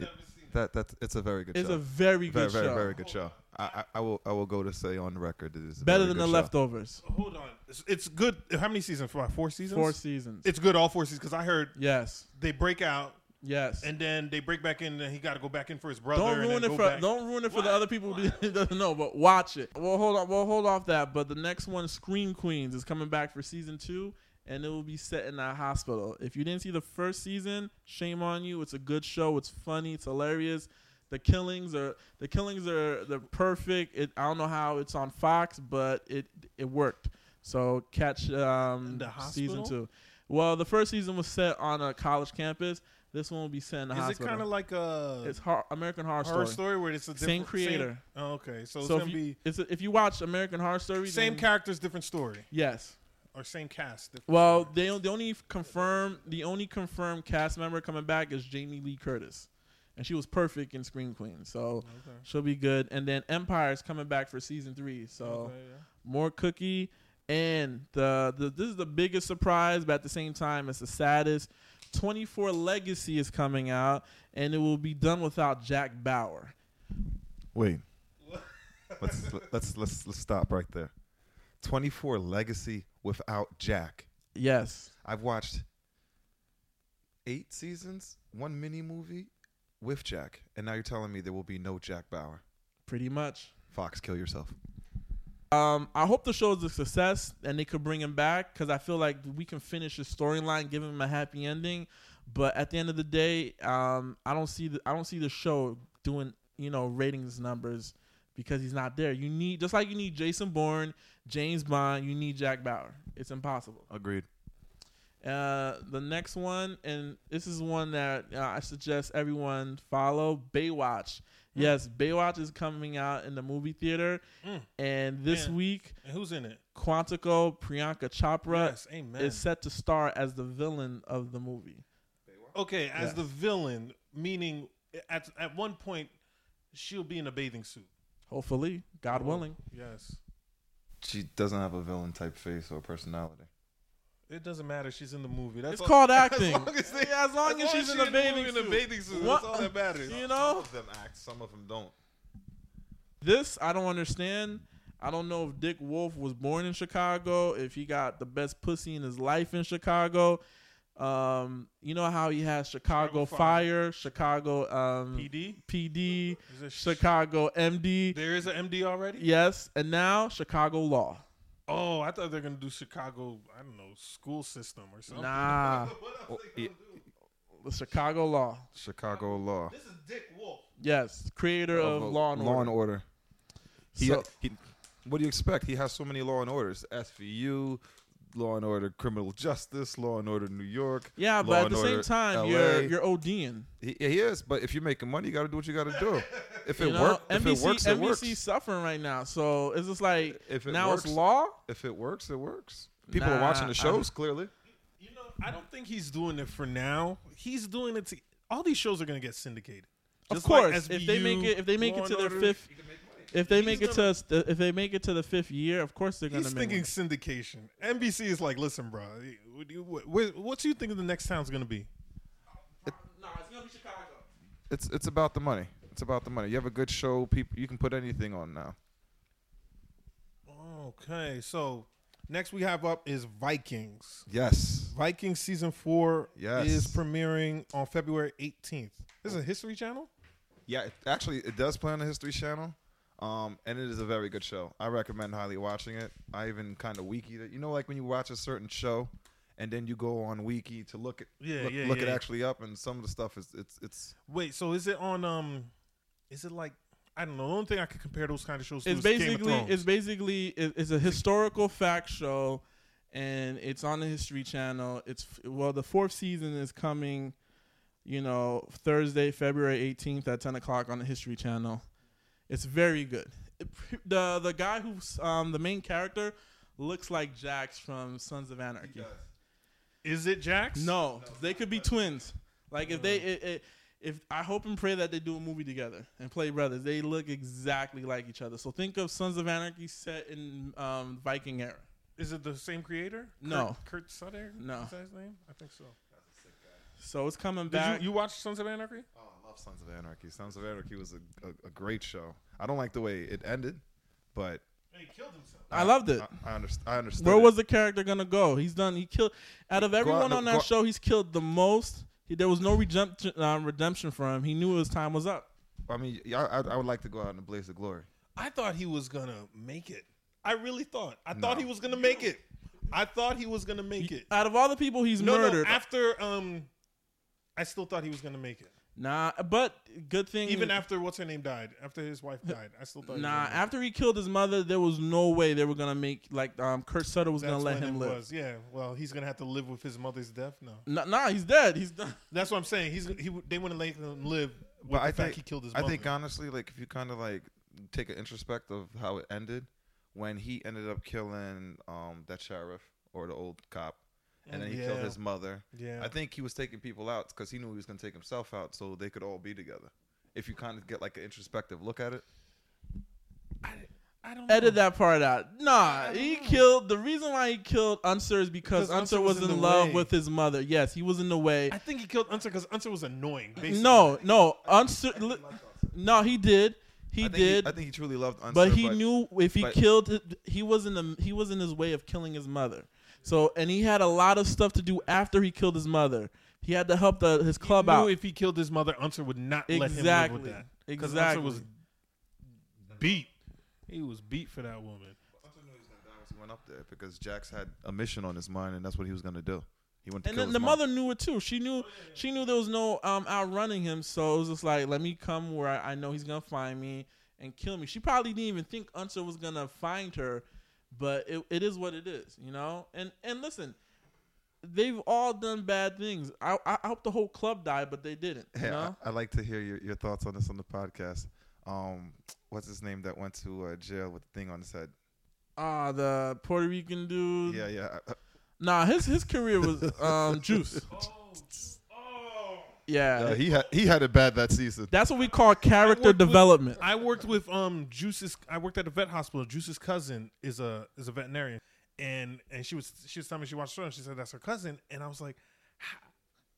C: That that it's a very good
A: It's
C: show.
A: a very
C: very
A: good
C: very
A: show.
C: very good show. I, I I will I will go to say on record it is a
A: Better
C: very
A: than the
C: good show.
A: leftovers.
B: Hold on. It's, it's good. How many seasons? Four, four seasons?
A: Four seasons.
B: It's good all four seasons because I heard
A: yes.
B: they break out
A: Yes.
B: and then they break back in and he got to go back in for his brother.
A: don't
B: and
A: ruin
B: then
A: it
B: go
A: for
B: back.
A: don't ruin it for the other people who doesn't know, but watch it. We'll hold on we'll hold off that, but the next one, Scream Queens, is coming back for season two and it will be set in a hospital. If you didn't see the first season, shame on you. It's a good show, it's funny, it's hilarious. The killings are the killings are the perfect. It, I don't know how it's on Fox, but it it worked. So catch um
B: The
A: season
B: hospital?
A: two. Well, the first season was set on a college campus. This one will be set in a
B: Is
A: hospital.
B: it kind of like a
A: It's hor- American Horror,
B: horror
A: Story.
B: story where it's a different,
A: Same creator.
B: oh, okay, so, it's
A: So
B: gonna
A: if you,
B: be
A: it's if you watch American Horror Story,
B: same
A: then-
B: characters, different story,
A: Yes.
B: or same cast. different
A: Well,
B: story.
A: they the only confirm the only confirmed cast member coming back is Jamie Lee Curtis, and she was perfect in Scream Queen, so
B: Okay.
A: she'll be good. And then Empire's coming back for season three, so
B: Okay, yeah.
A: more cookie and the, the this is the biggest surprise but at the same time it's the saddest 24 legacy is coming out and it will be done without jack bauer
C: Wait. let's let's let's let's stop right there. 24 Legacy without Jack.
A: yes
C: I've watched 8 seasons, one mini movie with Jack. And now you're telling me there will be no Jack Bauer.
A: pretty much
C: Fox kill yourself.
A: Um, I hope the show is a success and they could bring him back because I feel like we can finish the storyline, give him a happy ending. But at the end of the day, um, I don't see the I don't see the show doing you know ratings numbers because he's not there. You need just like you need Jason Bourne, James Bond, you need Jack Bauer. It's impossible.
C: Agreed.
A: Uh, the next one, and this is one that uh, I suggest everyone follow Baywatch. Yes, Baywatch is coming out in the movie theater,
B: Mm.
A: and this
B: Man.
A: week.
B: And who's in it?
A: Quantico Priyanka Chopra
B: Yes, amen.
A: is set to star as the villain of the movie.
B: okay, as
A: Yes.
B: the villain, meaning at at one point she'll be in a bathing suit.
A: Hopefully, God willing.
B: Yes,
C: She doesn't have a villain type face or personality.
B: it doesn't matter. She's in the movie. That's
A: It's
B: all-
A: called acting.
B: As long as, they-
A: Yeah, as long as she's in a
B: movie
A: bathing
B: in a
A: suit.
B: bathing suit,
A: What-
B: that's all that matters.
A: You know,
C: of them act, some of them don't.
A: this I don't understand. I don't know if Dick Wolf was born in Chicago, if he got the best pussy in his life in Chicago. Um, you know how he has
B: Chicago
A: Chicago, Fire, Chicago um,
B: PD.
A: PD,
B: Is it sh-
A: Chicago MD.
B: There is an MD already.
A: Yes, and now Chicago Law.
B: Oh, I thought they're gonna do Chicago. I don't know school system or something.
A: Nah,
B: What else
C: Well,
B: they
C: yeah.
B: gonna do?
A: the Chicago Law.
C: Chicago law.
B: This is Dick Wolf.
A: Yes, creator of,
C: a-
A: Law and Order.
C: He,
A: So-
C: he, what do you expect? He has so many law and orders. SVU, law and order, criminal justice, law and order, New York.
A: yeah,
C: Law
A: but at
C: and
A: the same
C: Order,
A: time,
C: LA.
A: you're you're ODing.
C: He, he is, but if you're making money, you got to do what you got to do. If
A: You
C: it
A: know?
C: works, if
A: NBC,
C: it works, it
A: NBC
C: works.
A: suffering right now, so it's just like
C: If it
A: now it's
C: works-
A: law.
C: If it works, it works. People are
A: Nah,
C: watching the
A: I-
C: shows clearly.
B: You know, I don't think he's doing it for now. He's doing it to all these shows are gonna get syndicated.
A: Of
B: Just like
A: course, if they
B: SVU,
A: make it, if they make
B: Law
A: it to
B: and
A: their
B: Order,
A: fifth, if they
B: He's
A: make it to
B: gonna-
A: us- if they make it to the fifth year, of course they're gonna
B: he's
A: make.
B: thinking
A: it.
B: syndication. NBC is like, listen, bro, what do you, what, what, what do you think the next town's gonna be?
A: Nah, it's gonna be Chicago.
C: It's it's about the money. It's about the money. You have a good show. People, you can put anything on now.
B: Okay, so next we have up is Vikings.
C: Yes.
B: Vikings season four
C: Yes.
B: is premiering on February 18th. This is a History Channel.
C: Yeah. It, actually, it does play on the History Channel, um, and it is a very good show. I recommend highly watching it. I even kind of wiki it. You know, like when you watch a certain show, and then you go on wiki to look at
B: Yeah,
C: look,
B: yeah,
C: look
B: yeah,
C: it
B: yeah.
C: actually up, and some of the stuff is it's it's
B: Wait, so is it on? Um, is it like I don't know. The only thing I could compare those kind of shows to is
A: It's
B: Game of
A: basically
B: Thrones.
A: it's basically it- it's a historical fact show, and it's on the History Channel. It's well, the fourth season is coming, you know, Thursday, February eighteenth at ten o'clock on the History Channel. It's very good. It, the the guy who's um, the main character looks like Jax from Sons of Anarchy.
B: Is it Jax?
A: No, they could be twins. Like if they, it, it, if I hope and pray that they do a movie together and play brothers. They look exactly like each other. So think of Sons of Anarchy set in um, Viking era.
B: Is it the same creator?
A: No.
B: Kurt, Kurt Sutter.
A: No.
B: is that his name? I think so.
A: So it's coming
B: Did
A: back.
B: you, you watch Sons of Anarchy?
C: Oh, I love Sons of Anarchy. Sons of Anarchy was a, a, a great show. I don't like the way it ended, but
B: He killed himself.
A: I loved it.
B: Uh,
C: I, I, underst- I understand.
A: Where was the character gonna go? He's done. He killed. Out of everyone
C: no,
A: on
C: go-
A: that show, he's killed the most. He, there was no redemption, um, redemption for him. He knew his time was up.
C: I mean, yeah, I, I would like to go out in a blaze of glory.
B: I thought he was gonna make it. I really thought. I thought he was gonna make it. I thought he was gonna make it.
A: Out of all the people he's
B: No,
A: murdered,
B: no. After um, I still thought he was gonna make it.
A: nah. But good thing,
B: Even after what's her name died, after his wife died, I still thought. he was
A: Hmm. nah,
B: gonna make it.
A: after he killed his mother, there was no way they were gonna make like um, Kurt Sutter was gonna
B: That's
A: let
B: when
A: him
B: it
A: live.
B: was. Yeah. Well, he's gonna have to live with his mother's death now.
A: Nah, nah, he's dead. He's done.
B: That's what I'm saying. He's he. would- They wouldn't let him live. With
C: But
B: the
C: I
B: fact
C: think
B: he killed his
C: I
B: mother.
C: think honestly, like if you kind of like take an introspect of how it ended, when he ended up killing um that sheriff or the old cop, and then he killed
B: Yeah.
C: his mother.
B: Yeah.
C: I think he was taking people out because he knew he was gonna take himself out, so they could all be together. If you kind of get like an introspective look at it,
B: I don't
A: Edit
B: know.
A: that part out. Nah, he killed. The reason why he killed Unser is because,
B: Because
A: Unser was, in,
B: the
A: love
B: way.
A: with his mother. Yes, he was in the way.
B: I think he killed Unser because Unser was annoying. Basically.
A: No, no, Unser. li- No, he did. He
C: I think
A: did.
C: I think he truly loved, Unser,
A: but he knew if he
C: but-
A: killed, he was in the he was in his way of killing his mother. So and he had a lot of stuff to do after he killed his mother. He had to help the his club
B: knew
A: out.
B: if he killed his mother, Unser would not let him live
A: Exactly.
B: with that. 'Cause Unser
A: Exactly.
B: was beat. He was beat for that woman.
C: Unser knew he was gonna die once he went up there because Jax had a mission on his mind, and that's what he was gonna do. He went to
A: and
C: kill
A: then
C: his
A: the
C: mom.
A: mother knew it too. She knew she knew there was no um outrunning him. So it was just like, let me come where I, I know he's gonna find me and kill me. She probably didn't even think Unser was gonna find her, but it, it is what it is, you know. And and listen, they've all done bad things. I I, I hope the whole club died, but they didn't. You
C: Hey,
A: know?
C: I, I'd like to hear your, your thoughts on this on the podcast. Um, what's his name that went to uh, jail with the thing on his head?
A: Ah, the Puerto Rican dude.
C: Yeah, yeah. I- I-
A: Nah, his his career was um juice. Yeah.
C: Uh, he had he had it bad that season.
A: that's what we call character
B: with-
A: development.
B: I worked with um Juice's. I worked at a vet hospital. Juice's cousin is a is a veterinarian, and and she was she was telling me she watched the show and she said that's her cousin, and I was like, "Ha-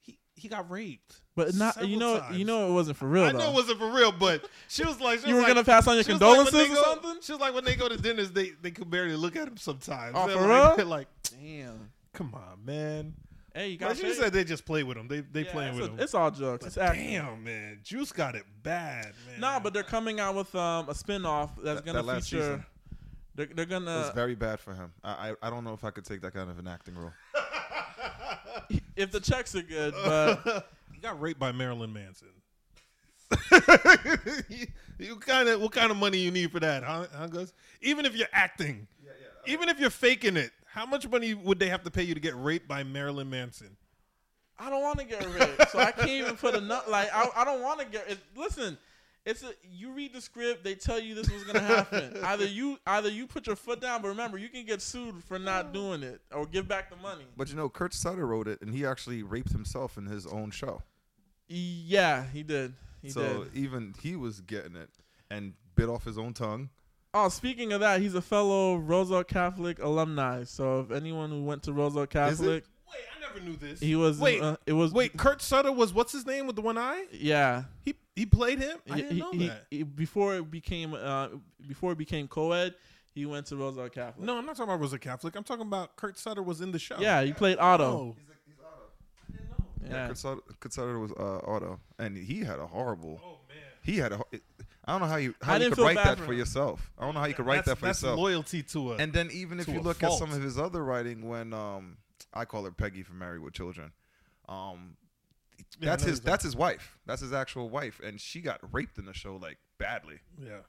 B: he he got raped,
A: but not
B: several
A: you know
B: times."
A: you know it wasn't for real.
B: I
A: though.
B: know it wasn't for real, but she was like, she
A: You
B: was
A: were
B: like-
A: gonna pass on your
B: she was like, when
A: condolences
B: they
A: or
B: go-
A: something?
B: She was like, when they go to dinners, they they could barely look at him sometimes.
A: Oh,
B: They're
A: for
B: like,
A: real?
B: They're like,
A: Damn.
B: come on, man.
A: Hey, you
B: But
A: got
B: she said they just play with him. They they
A: yeah,
B: playing
A: it's,
B: with
A: a-
B: him.
A: it's all jokes. it's acting.
B: Damn, man, Juice got it bad, man.
A: Nah, but they're coming out with um, a spinoff that's
C: That-
A: gonna
C: that last
A: feature.
C: season.
A: They're, they're
C: It was
A: gonna
C: very bad for him. I, I I don't know if I could take that kind of an acting role.
A: if the checks are good, but
B: he got raped by Marilyn Manson. you kind of what kind of money you need for that, huh, huh Gus? Even if you're acting, even if you're faking it, how much money would they have to pay you to get raped by Marilyn Manson?
A: I don't want to get raped, so I can't even put a nut. Like I, I don't want to get. It, listen, it's a you read the script. They tell you this was gonna happen. either you either you put your foot down, but remember you can get sued for not doing it or give back the money.
C: But you know, Kurt Sutter wrote it, and he actually raped himself in his own show.
A: Yeah, he did. He
C: so
A: did.
C: even he was getting it and bit off his own tongue.
A: Oh, speaking of that, he's a fellow Roosevelt Catholic alumni. So if anyone who went to Roosevelt Catholic,
B: Wait, I never knew this.
A: he was
B: wait.
A: uh, it was
B: Wait, Kurt Sutter was what's his name with the one eye?
A: yeah.
B: He he played him. I
A: Yeah,
B: didn't
A: he-
B: know
A: he-
B: that.
A: he- before it became uh, before it became co-ed, he went to Roosevelt Catholic.
B: No, I'm not talking about Rosa Catholic. I'm talking about Kurt Sutter was in the show.
A: Yeah, he played Otto.
B: Oh.
A: Yeah.
C: Kurt, Sutter, Kurt Sutter was uh, Otto, and he had a horrible.
B: Oh man.
C: He had a. ho- I don't know how you how you
A: didn't
C: could
A: feel
C: write
A: bad
C: that
A: for
C: for,
A: him.
C: yourself. I don't know how you could write that for
B: that's
C: yourself.
B: loyalty to us.
C: And then even if
B: to
C: you
B: a
C: look at some
B: fault.
C: of his other writing, when um, I call her Peggy from Married with Children, um,
B: Yeah, I
C: that's
B: know
C: his
B: exactly.
C: that's his wife. That's his actual wife, and she got raped in the show like badly.
B: yeah.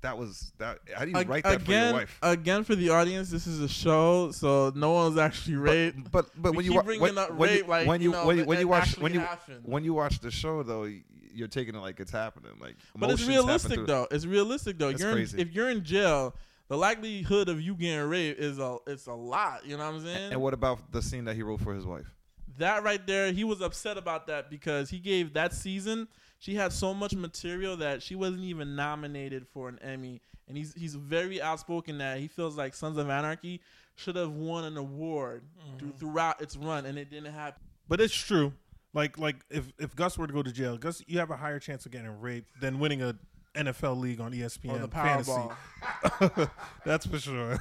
C: That was that. How do you
A: Ag-
C: write that for your
A: again,
C: wife?
A: again for the audience, this is a show, so no one's actually raped.
C: But but
A: We
C: when you
A: keep
C: wa-
A: bringing
C: when,
A: up
C: when you
A: rape, like,
C: when
A: you
C: you
A: know,
C: when you
A: but
C: when
A: that
C: you watch
A: actually
C: when you
A: happened.
C: when you watch the show though, y- you're taking it like it's happening. Like
A: But it's
C: emotions happen
A: realistic
C: through-
A: though. It's realistic though.
C: That's
A: You're in,
C: crazy.
A: if you're in jail, the likelihood of you getting raped is a it's a lot. You know what I'm saying?
C: And what about the scene that he wrote for his wife?
A: that right there, he was upset about that because he gave that season. She had so much material that she wasn't even nominated for an Emmy, and he's he's very outspoken that he feels like Sons of Anarchy should have won an award
C: Mm-hmm.
A: through, throughout its run, and it didn't happen.
B: But it's true. Like like if if Gus were to go to jail, Gus, you have a higher chance of getting raped than winning a NFL league on E ESPN
A: On the
B: fantasy.
A: Powerball.
B: That's for sure.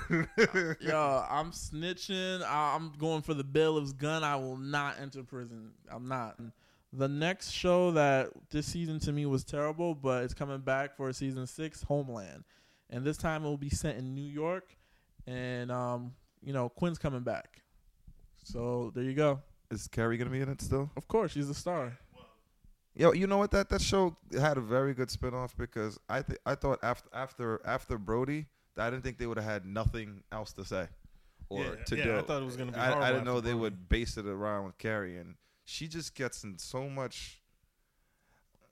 A: Yo, I'm snitching. I- I'm going for the bill of gun. I will not enter prison. I'm not. The next show that this season to me was terrible, but it's coming back for season six, Homeland, and this time it will be set in New York, and um, you know Quinn's coming back. So there you go.
C: Is Carrie gonna be in it still?
A: Of course, she's a star.
C: Yo, you know what? That that show had a very good spinoff because I th- I thought after after after Brody, I didn't think they would have had nothing else to say or
B: Yeah,
C: to
B: yeah,
C: do.
B: I thought it was gonna be
C: I,
B: horrible
C: I didn't know
B: after
C: they
B: Brody.
C: would base it around Carrie, and she just gets in so much.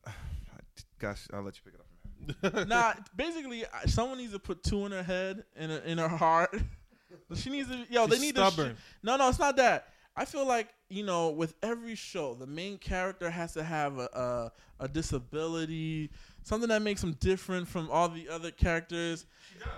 C: Gosh, I'll let you pick it up. From here.
A: nah, basically, I- someone needs to put two in her head and a- in her heart. She needs to. Yo, they
B: She's
A: need
B: stubborn.
A: to. sh- no, no, it's not that. I feel like you know, with every show, the main character has to have a a, a disability, something that makes them different from all the other characters.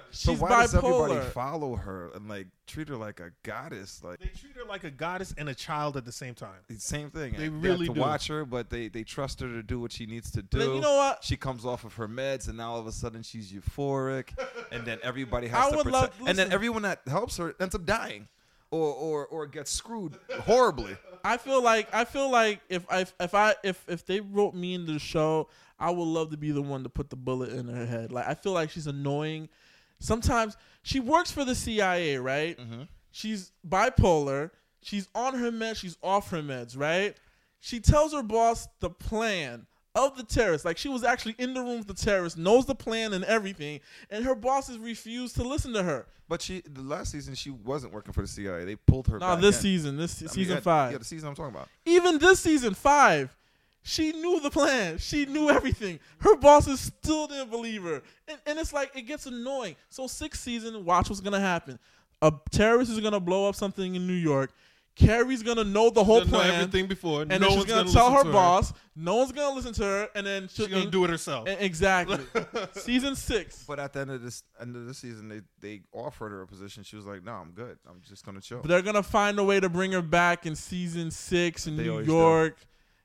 C: So
A: She's
C: why does everybody
A: bipolar.
C: follow her and like treat her like a goddess? Like
B: they treat her like a goddess and a child at the same time.
C: It's same thing.
B: They
C: have
B: really
C: to
B: do.
C: watch her, but they they trust her to do what she needs to do.
A: then you know what?
C: She comes off of her meds, and now all of a sudden she's euphoric, and then everybody
A: I
C: has to
A: would
C: protect.
A: love-
C: and then
A: listen.
C: everyone that helps her ends up dying, or or or gets screwed horribly.
A: I feel like I feel like if I if I if if they wrote me into the show, I would love to be the one to put the bullet in her head. Like I feel like she's annoying. Sometimes she works for the CIA, right?
C: Mm-hmm.
A: She's bipolar. She's on her meds. She's off her meds, right? She tells her boss the plan of the terrorist. Like she was actually in the room with the terrorist, knows the plan and everything, and her bosses refuse to listen to her.
C: But she the last season she wasn't working for the CIA. They pulled her.
A: Nah,
C: back
A: this
C: in.
A: season, this
C: I mean,
A: season
C: yeah,
A: five.
C: Yeah, the season I'm talking about.
A: Even this season five, she knew the plan. She knew everything. Her bosses still didn't believe her, and, and it's like it gets annoying. So sixth season, watch what's gonna happen. A terrorist is gonna blow up something in New York. Carrie's gonna know the whole
B: Didn't know
A: plan,
B: everything before,
A: and
B: no
A: then she's
B: one's
A: gonna,
B: gonna
A: tell
B: listen
A: her
B: to her.
A: boss. No one's gonna listen to her, and then she'll e-,
B: She's gonna do it herself.
A: Exactly. season six.
C: But at the end of this end of this season, they they offered her a position. She was like, "No, I'm good. I'm just gonna chill."
A: But they're gonna find a way to bring her back in season six in
C: They
A: New
C: always do.
A: York.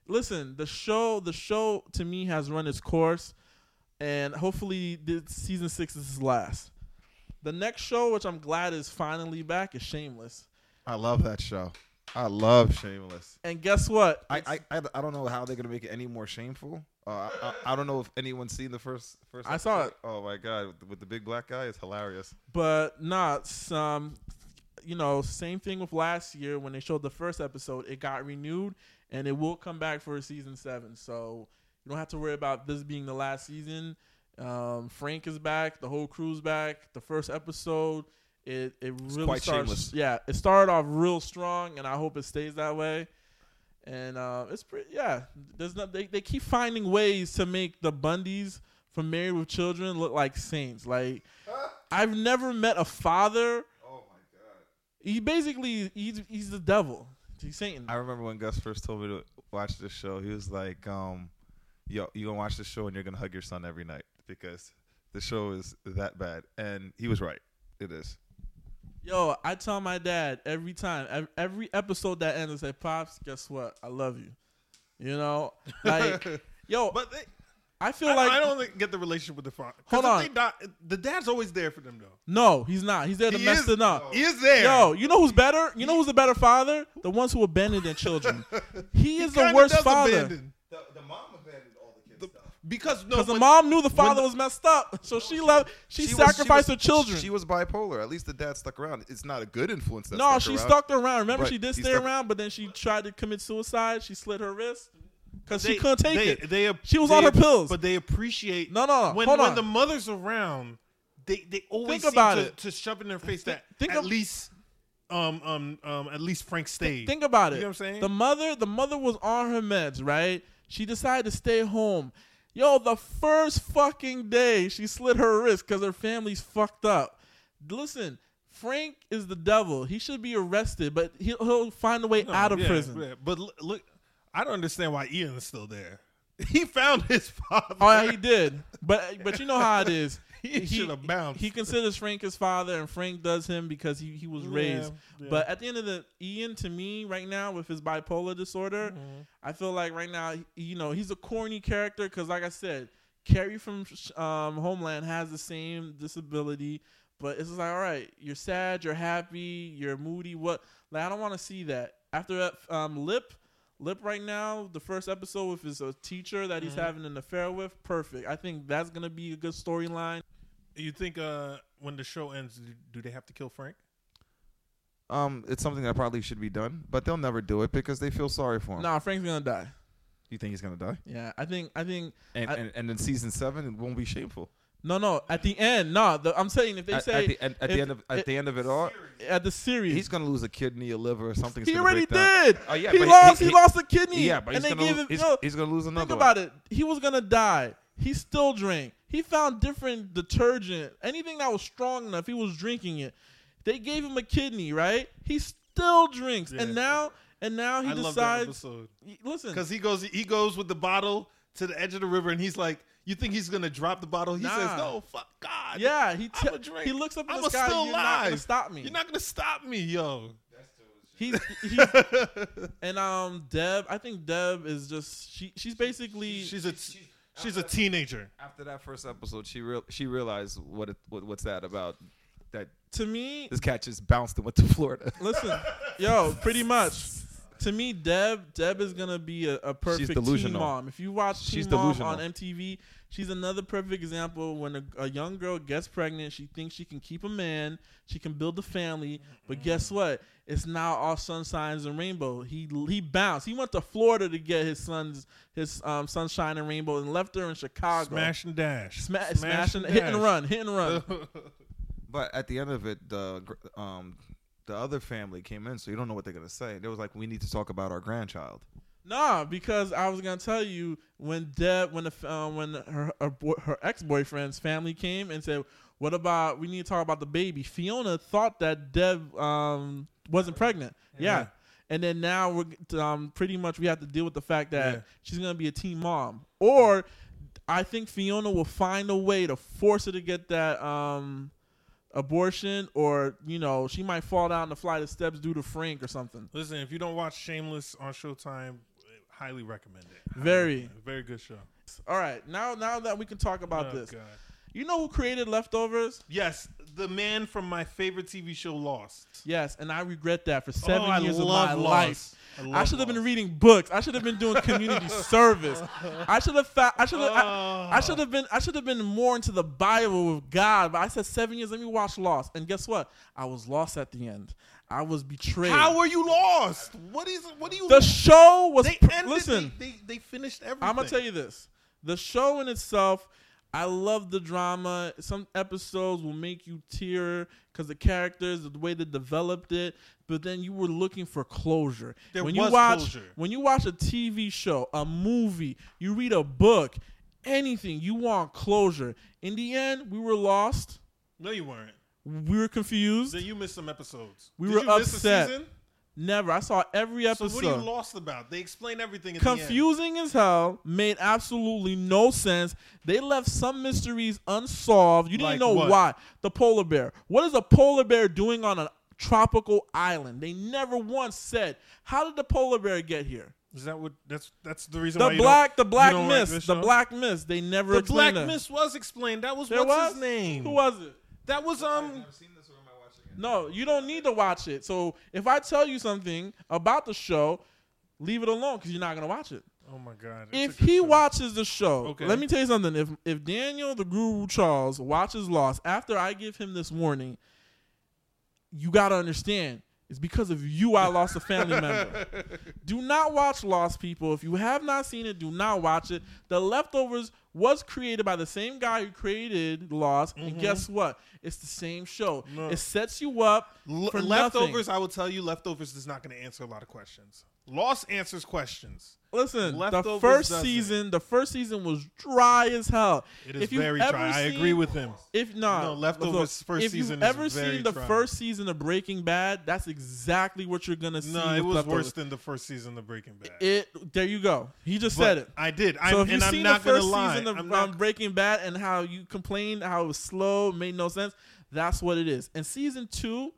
A: Listen, the show, the show to me has run its course, and hopefully, this season six is its last. The next show, which I'm glad is finally back, is Shameless.
C: I love that show. I love Shameless.
A: And guess what?
C: I, I, I I don't know how they're gonna make it any more shameful. Uh, I, I, I don't know if anyone's seen the first first.
A: I saw Mm-hmm.
C: episode. Oh my god, with the, with the big black guy, it's hilarious.
A: But not some, you know, same thing with last year when they showed the first episode. It got renewed, and it will come back for season seven. So you don't have to worry about this being the last season. Um, Frank is back. The whole crew's back. The first episode, it it really
C: quite
A: starts-
C: shameless.
A: Yeah, it started off real strong, and I hope it stays that way. And uh, it's pretty, yeah. There's not they, they keep finding ways to make the Bundys from Married with Children look like saints. Like I've never met a father.
C: Oh my god.
A: He basically he's he's the devil. He's Satan.
C: I remember when Gus first told me to watch this show. He was like, um, "Yo, you gonna watch this show and you're gonna hug your son every night because the show is that bad." And he was right. It is.
A: Yo, I tell my dad every time, ev- every episode that ends, I say, "Pops, guess what? I love you." You know, like, yo,
B: But uh, they,
A: I feel
B: I,
A: like
B: I don't think- get the relationship with the father. 'Cause
A: Hold
B: if
A: on.
B: they die- the dad's always there for them though.
A: no, he's not. He's there to
B: He
A: mess
B: is-
A: it up.
B: he is there.
A: Yo, you know who's better? You know who's the better father? The ones who abandon their children. He is the
B: Kinda
A: worst
B: does
A: father
B: abandon.
C: The, the mom abandoned all the kids.
B: Because no,
A: because the
B: when-
A: mom knew the father was messed up, so she left. She, sacrificed her children.
C: She was bipolar. At least the dad stuck around. It's not a good influence. That
A: no,
C: stuck
A: she
C: around.
A: stuck around. Remember,
C: But
A: she did
C: he
A: stay
C: stuck-
A: around, but then she tried to commit suicide. She slit her wrist because she
B: they-
A: couldn't take
B: they-
A: it.
B: They, ap-
A: She was
B: they
A: on her
B: ap-
A: pills.
B: but they appreciate.
A: No, no, no.
B: When,
A: Hold
B: when
A: on.
B: the mother's around, they they always
A: Think
B: seem
A: about
B: to,
A: it.
B: to shove in their face that
A: think
B: at
A: of-
B: least, um, um, um, at least Frank stayed.
A: Think about it.
B: You know what I'm saying?
A: The mother, the mother was on her meds, right? She decided to stay home. Yo, the first fucking day she slit her wrist because her family's fucked up. Listen, Frank is the devil. He should be arrested, but he'll, he'll find a way
B: No,
A: out of
B: yeah,
A: prison.
B: yeah. But look, look, I don't understand why Ian is still there. He found his father.
A: Oh yeah, he did. But but you know how it is.
B: He should have bounced.
A: He considers Frank his father, and Frank does him because he, he was
B: Yeah,
A: raised.
B: yeah.
A: But at the end of the Ian, to me, right now with his bipolar disorder,
B: Mm-hmm.
A: I feel like right now, he- you know, he's a corny character because, like I said, Carrie from um, Homeland has the same disability. But it's just like, all right, you're sad, you're happy, you're moody. What? Like, I don't want to see that. After that, um, Lip, Lip right now, the first episode with his uh, teacher that
B: Mm-hmm.
A: he's having an affair with, perfect. I think that's gonna be a good storyline.
B: You think uh, when the show ends, do- do they have to kill Frank?
C: Um, it's something that probably should be done, but they'll never do it because they feel sorry for him.
A: Nah, Frank's gonna die.
C: You think he's gonna die?
A: Yeah, I think, I think,
C: And,
A: I-
C: and and in season seven, it won't be shameful.
A: no, no. At the end, no. The, I'm saying if they
C: At,
A: say
C: at the, end- at
A: if-
C: the end of at the end of it all,
A: at the series,
C: he's gonna lose a kidney, a liver, or something.
A: he already did.
C: Oh, yeah,
A: he
C: but he-
A: lost. He,
C: he-
A: lost a kidney.
C: Yeah, but
A: and
C: he's
A: they
C: gonna,
A: gave
C: lose,
A: him.
C: he's,
A: yo,
C: he's gonna lose another.
A: think about it. He was gonna die. He still drank. He found different detergent, anything that was strong enough. He was drinking it. They gave him a kidney, right? He still drinks,
B: Yeah.
A: and now and now he
B: I love that
A: decides.
B: episode
A: Listen,
B: because he goes he goes with the bottle to the edge of the river, and he's like, "You think he's gonna drop the bottle?" He
A: Nah.
B: says, "No, fuck God."
A: yeah, he
B: I'm
A: te-
B: a drink.
A: he looks up at
B: I'm
A: the sky.
B: still
A: You're not gonna
B: alive.
A: stop me.
B: You're not gonna stop me, yo.
A: He's, he's and um Deb. I think Deb is just she. She's basically
B: She's a she's a teenager.
C: After that first episode, she real she realized what, it, what what's that about? That
A: to me.
C: this cat just bounced and went to Florida.
A: Listen, yo, pretty much. To me, Deb Deb is gonna be a, a perfect teen
C: delusional.
A: mom. If you watch
C: She's
A: Teen Mom
C: delusional.
A: on MTV, she's another perfect example. When a, a young girl gets pregnant, she thinks she can keep a man, she can build a family, but guess what? It's now all sunshines and rainbow. He he bounced. He went to Florida to get his son's his um, sunshine and rainbow, and left her in Chicago.
B: Smash and dash.
A: Sma- smash and, hit and run, hit and run.
C: But at the end of it, the gr- um the other family came in, so you don't know what they're gonna say. They was like, "We need to talk about our grandchild."
A: Nah, because I was gonna tell you when Deb, when the f- uh, when her her, boy, her ex boyfriend's family came and said, "What about we need to talk about the baby?" Fiona thought that Deb um wasn't pregnant. Yeah. And then now we're g- um, pretty much we have to deal with the fact that
B: Yeah.
A: she's gonna be a teen mom, or I think Fiona will find a way to force her to get that um, abortion, or you know she might fall down the flight of steps due to Frank or something.
B: Listen, if you don't watch Shameless on Showtime, highly recommend it. Highly
A: Very.
B: recommend it. very good show.
A: All right, now now that we can talk about
B: Oh,
A: this,
B: God.
A: you know who created leftovers?
B: Yes, the man from my favorite TV show, Lost.
A: Yes, and I regret that for seven
B: Oh, I
A: years of
B: love
A: my
B: Lost.
A: life.
B: I
A: I,
B: love
A: should have been
B: Lost.
A: reading books. I should have been doing community service. I should have. Fa- I should have. I, I
B: Oh.
A: should have been. I should have been more into the Bible with God. But I said seven years. Let me watch Lost, and guess what? I was lost at the end. I was betrayed.
B: How were you lost? What is? What do you?
A: the show was.
B: they
A: pr-
B: ended.
A: listen,
B: Listen, they, they, they finished everything.
A: I'm gonna tell you this: the show in itself, I love the drama. Some episodes will make you tear because the characters, the way they developed it. But then you were looking for closure.
B: There
A: when you
B: was
A: watch,
B: closure.
A: when you watch a TV show, a movie, you read a book, anything, you want closure. In the end, we were lost.
B: No, you weren't.
A: We were confused.
B: Then you missed some episodes.
A: We
B: Did
A: were
B: you miss a
A: upset.
B: season?
A: Never. I saw every
B: So
A: episode.
B: what are you lost about? They explain everything. At
A: confusing as hell made absolutely no sense they left some mysteries unsolved you didn't
B: Like
A: know
B: what?
A: why the polar bear what is a polar bear doing on a tropical island they never once said how did the polar bear get here
B: The end. Is that what? That's that's the reason.
A: the
B: why you
A: black the
B: don't-
A: black
B: you don't like
A: mist
B: this
A: the
B: show?
A: black mist they never
B: The
A: explained
B: black
A: that.
B: mist was explained. That was
A: there
B: what's
A: was
B: his name?
A: who was it
B: That was um.
C: seen this. Or am I watching it?
A: no you don't need to watch it so if i tell you something about the show leave it alone because you're not going to watch it
B: Oh my god. it's
A: if
B: a good
A: he
B: show.
A: watches the show,
B: Okay.
A: let me tell you something. If if Daniel the Guru Charles watches Lost after I give him this warning, you gotta understand. It's because of you I lost a family member. Do not watch Lost People. If you have not seen it, do not watch it. The Leftovers was created by the same guy who created Lost,
B: Mm-hmm.
A: and guess what? It's the same show.
B: No.
A: It sets you up
B: L-
A: for
B: leftovers,
A: Nothing.
B: I will tell you, leftovers is not going to answer a lot of questions. Lost answers questions.
A: Listen, the
B: Leftovers
A: 1st
B: doesn't.
A: season, the first season was dry as hell.
B: It is
A: If you've
B: very
A: ever
B: dry. I
A: seen-
B: agree with him.
A: If not,
B: No, Leftovers first
A: if
B: season
A: you've
B: is
A: ever
B: very
A: seen the
B: dry.
A: first season of Breaking Bad, that's exactly what you're gonna see.
B: No, it
A: with
B: was
A: Leftovers.
B: worse than the first season of Breaking Bad.
A: it. There you go. He just
B: But
A: said it.
B: I did.
A: so
B: I'm,
A: if
B: and
A: you've seen
B: I'm not
A: the
B: going to
A: first um,
B: lie.
A: complained
B: I'm
A: about
B: not-
A: Breaking Bad and how you complained how it was slow, made no sense. That's what it is. In season two,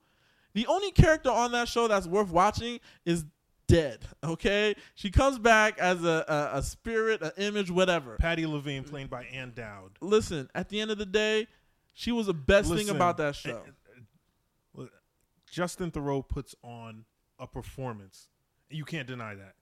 A: the only character on that show that's worth watching is dead. Okay, she comes back as a a, a spirit, an image, whatever.
B: Patty Levine, played by Ann Dowd.
A: Listen, at the end of the day, she was the best
B: Listen, eh,
A: thing about that show.
B: uh, Justin Thoreau puts on a performance. You can't deny that.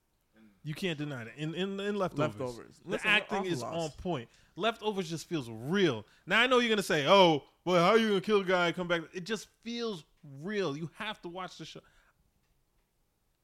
B: You can't deny that. In in, in leftovers,
A: Leftovers.
B: the
A: Listen,
B: acting
A: Awful
B: is
A: Loss.
B: on point. Leftovers just feels real. Now I know you're gonna say, "Oh, well, how are you gonna kill a guy? and Come back." It just feels real. You have to watch the show.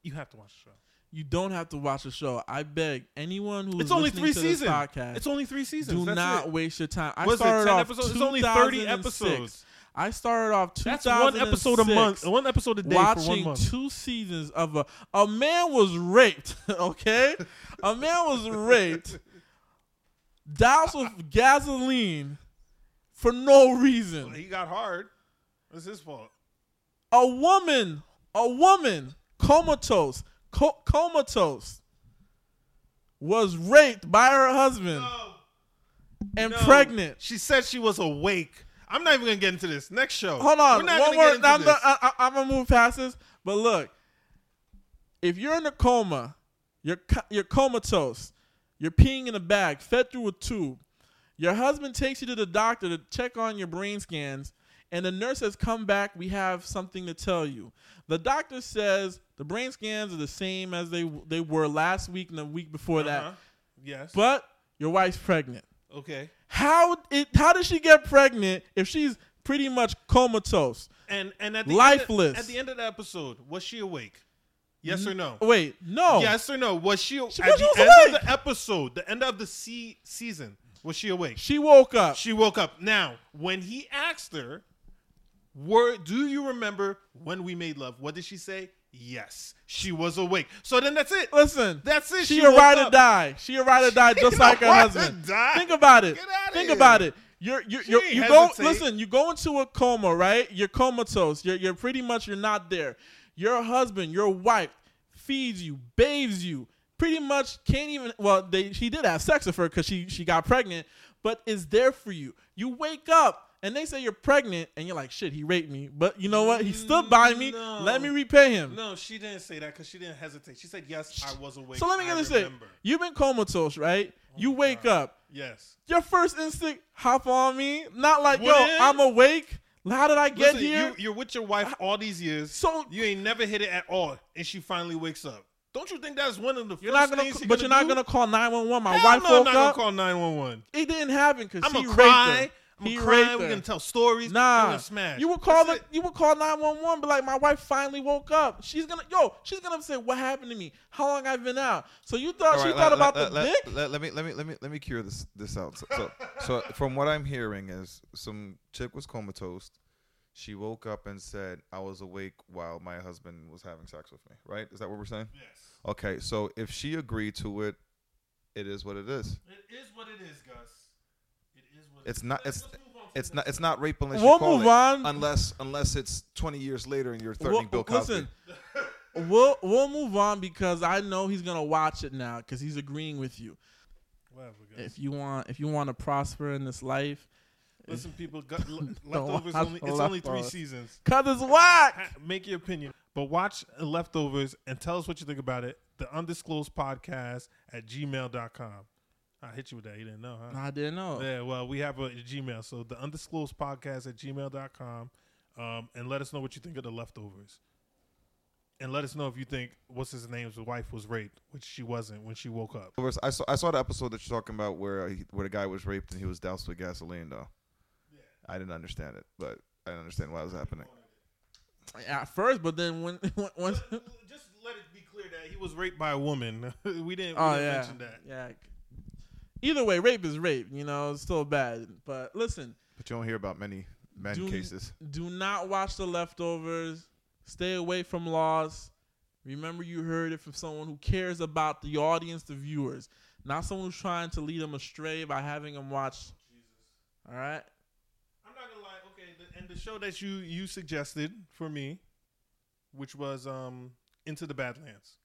B: You have to watch the show.
A: You don't have to watch the show. I beg anyone who's
B: it's only
A: listening
B: three
A: to this
B: seasons.
A: podcast.
B: It's only three seasons.
A: do
B: That's
A: not
B: it.
A: waste your time. I
B: What is it,
A: started
B: 10
A: off
B: episodes? It's only 30
A: 2006.
B: episodes.
A: I started off 2006.
B: That's one episode a month. One episode a day for one
A: watching
B: month.
A: two seasons of a a man was raped. Okay, a man was raped, doused with gasoline for no reason.
B: he got hard. It's his fault.
A: A woman, a woman, comatose, co- comatose, was raped by her husband and
B: No.
A: pregnant.
B: She said she was awake. I'm not even gonna get into this. Next show.
A: Hold on,
B: We're not
A: one
B: gonna
A: more.
B: get
A: I'm,
B: into this.
A: not- I, I, I'm gonna uh, move past this. But look, if you're in a coma, you're co- you're comatose, you're peeing in a bag, fed through a tube. Your husband takes you to the doctor to check on your brain scans, and the nurse says, "Come back. We have something to tell you." The doctor says the brain scans are the same as they they were last week and the week before
B: Uh-huh.
A: that,
B: Yes.
A: but your wife's pregnant.
B: okay.
A: How it? How did she get pregnant if she's pretty much comatose?
B: And and at the End
A: Lifeless.
B: of, at the end of the episode, was she awake? Yes or no?
A: Wait, no.
B: Yes or no? Was she, at the
A: was
B: end
A: awake.
B: of the episode, the end of the se- season? Was she awake?
A: She woke up.
B: She woke up. Now, when he asked her, "Were do you remember when we made love?" What did she say? Yes, she was awake. So then that's it.
A: Listen,
B: That's it.
A: She,
B: She
A: a
B: woke
A: ride or
B: up.
A: die. She a ride or die, just like her
B: ride or
A: husband.
B: die.
A: Think about it.
B: Get outta
A: Think
B: here.
A: about it. You're you
B: She
A: you
B: ain't
A: you go.
B: hesitate.
A: Listen, you go into a coma, right? You're comatose. You're you're pretty much you're not there. Your husband, your wife, feeds you, bathes you. Pretty much can't even. Well, they she did have sex with her because she she got pregnant, but is there for you. You wake up. And they say you're pregnant, and you're like, "Shit, he raped me." But you know what? He stood by me.
B: No.
A: Let me repay him.
B: No, she didn't say that because she didn't hesitate. She said, "Yes, I was awake."
A: So let me get
B: I
A: this straight.
B: remember." Oh
A: You've been comatose, right? you wake up.
B: Yes.
A: Your first instinct, hop on me. Not like, yo,
B: Wouldn't?
A: I'm awake. How did I get
B: Listen,
A: here?
B: You, you're with your wife all these years,
A: So-
B: you ain't never hit it at all, and she finally wakes up. Don't you think that's one of the
A: You, are
B: first
A: not gonna,
B: things
A: but you're not gonna call 911. My
B: Hell
A: wife
B: no, I'm
A: woke
B: not
A: up.
B: gonna call nine one one.
A: It didn't happen because
B: I'm
A: he
B: gonna
A: raped
B: cry.
A: her.
B: I'm
A: he
B: gonna cry.
A: raped
B: We're
A: her.
B: gonna tell stories. I'm
A: Nah,
B: gonna smash.
A: you would call
B: That's
A: the, you would call 911, but like my wife finally woke up. She's gonna yo, she's gonna say what happened to me, how long I've been out. So you thought
C: All
A: she
C: right,
A: thought
C: let-
A: about
C: let-
A: the
C: let,
A: dick?
C: Let, let me let me let me let me cure this this out. So, so, so from what I'm hearing is some chick was comatose. She woke up and said, "I was awake while my husband was having sex with me." Right? Is that what we're saying?
B: Yes.
C: Okay. So if she agreed to it, it is what it is.
B: It is what it is, Gus. It is what
C: It's not. It's
B: Let's move on from
C: it's
B: this.
C: not. It's not rape unless
A: We'll
C: you call
A: move
C: it,
A: on.
C: Unless unless it's 20 years later and you're
A: Well,
C: threatening Bill Cosby.
A: Listen, we'll we'll move on because I know he's gonna watch it now because he's agreeing with you.
B: Whatever, Gus.
A: If you want, if you want to prosper in this life,
B: Listen, people, gu- le- leftovers
A: watch
B: only. It's only three
A: Leftovers.
B: seasons.
A: cause it's whack.
B: Ha- make your opinion. But watch Leftovers and tell us what you think about it. The undisclosed podcast at gmail.com. I hit you with that. You didn't know, huh?
A: I didn't know.
B: Yeah, well, we have a Gmail. So the undisclosed podcast at gmail.com. Um, and let us know what you think of the leftovers. And let us know if you think what's his name's wife was raped, which she wasn't when she woke up.
C: Leftovers, I saw I saw the episode that you're talking about where he, where the guy was raped and he was doused with gasoline though. I didn't understand it, but I didn't understand why it was happening.
A: At first, but then when once.
B: Just let it be clear that he was raped by a woman. we didn't, we didn't
A: Oh yeah,
B: mention that.
A: yeah. Either way, rape is rape. You know, it's still bad. But listen,
C: But you don't hear about many men
A: do,
C: cases.
A: do not watch the leftovers. Stay away from laws. Remember, you heard it from someone who cares about the audience, the viewers, not someone who's trying to lead them astray by having them watch. All right.
B: I'm not gonna lie. Okay, the, and the show that you you suggested for me, which was um Into the Badlands,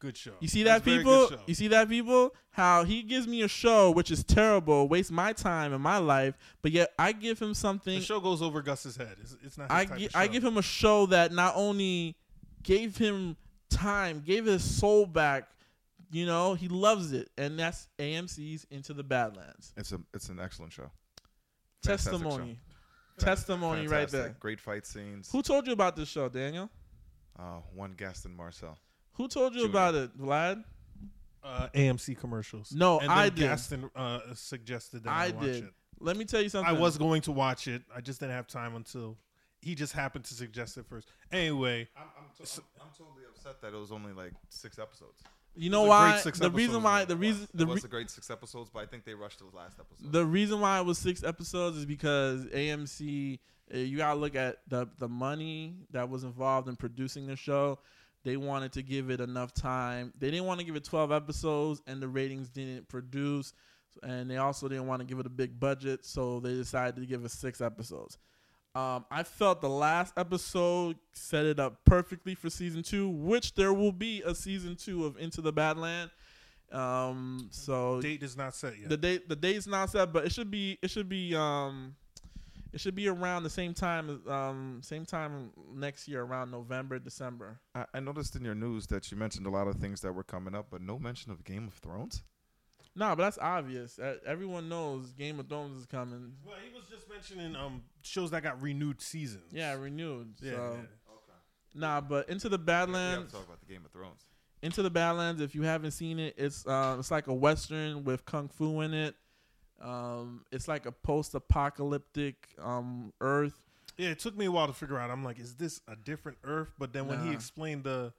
B: Good show.
A: You see
B: That's
A: that
B: a very
A: people?
B: good show.
A: You see that people? How he gives me a show which is terrible, wastes my time and my life, but yet I give him
B: the
A: something.
B: show goes over Gus's head. It's, it's not. His
A: I
B: type
A: gi-
B: of
A: I
B: show.
A: give him a show that not only gave him time, gave his soul back. You know, he loves it, and that's AMC's Into the Badlands.
C: It's a it's an excellent show. Fantastic show.
A: Testimony,
C: Fan-
A: testimony right
C: fantastic.
A: there.
C: Great fight scenes.
A: Who told you about this show, Daniel?
C: Uh, one Gaston Marcel.
A: Who told you
C: Junior.
A: about it, Vlad?
B: uh, AMC commercials.
A: No,
B: and
A: I
B: then
A: did.
B: Gaston uh, suggested that I,
A: I
B: watch
A: did.
B: it.
A: Let me tell you something.
B: I was going to watch it. I just didn't have time until he just happened to suggest it first. Anyway,
C: I'm, I'm, I'm, totally upset that it was only like six episodes.
A: You know
B: It was a great
A: why?
B: six
A: The reason
B: episodes,
A: why
B: though.
A: the reason
C: It
A: the
C: was
A: re-
C: a great six episodes, but I think they rushed the last episode.
A: the reason why it was six episodes is because AMC. uh, You gotta look at the the money that was involved in producing the show. They wanted to give it enough time. They didn't want to give it twelve episodes, and the ratings didn't produce. And they also didn't want to give it a big budget, so they decided to give it six episodes. Um, I felt the last episode set it up perfectly for season two, which there will be a season two of Into the Badland. Um, so
B: date is not set yet.
A: the date the date's not set, but it should be it should be um it should be around the same time as, um same time next year around November December.
C: I, I noticed in your news that you mentioned a lot of things that were coming up, but no mention of Game of Thrones.
A: nah, but that's obvious. Uh, everyone knows Game of Thrones is coming.
B: well, he was just mentioning um, shows that got renewed seasons.
A: Yeah, renewed.
B: yeah.
A: so
B: yeah.
A: nah, but Into the
C: We have
A: Badlands,
C: to talk about the Game of Thrones.
A: Into the Badlands. If you haven't seen it, it's uh, it's like a western with kung fu in it. Um, it's like a post-apocalyptic um Earth.
B: Yeah, it took me a while to figure out. I'm like, is this a different Earth? But then when he
A: Nah.
B: explained the,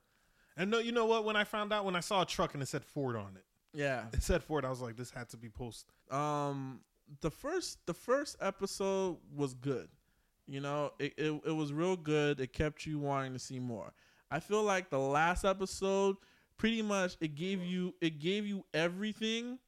B: and no, you know what? When I found out, when I saw a truck and it said Ford on it,
A: Yeah,
B: it said Ford. I was like, this had to be post.
A: um the first the first episode was good you know it, it, it was real good it kept you wanting to see more i feel like the last episode pretty much it gave you it gave you everything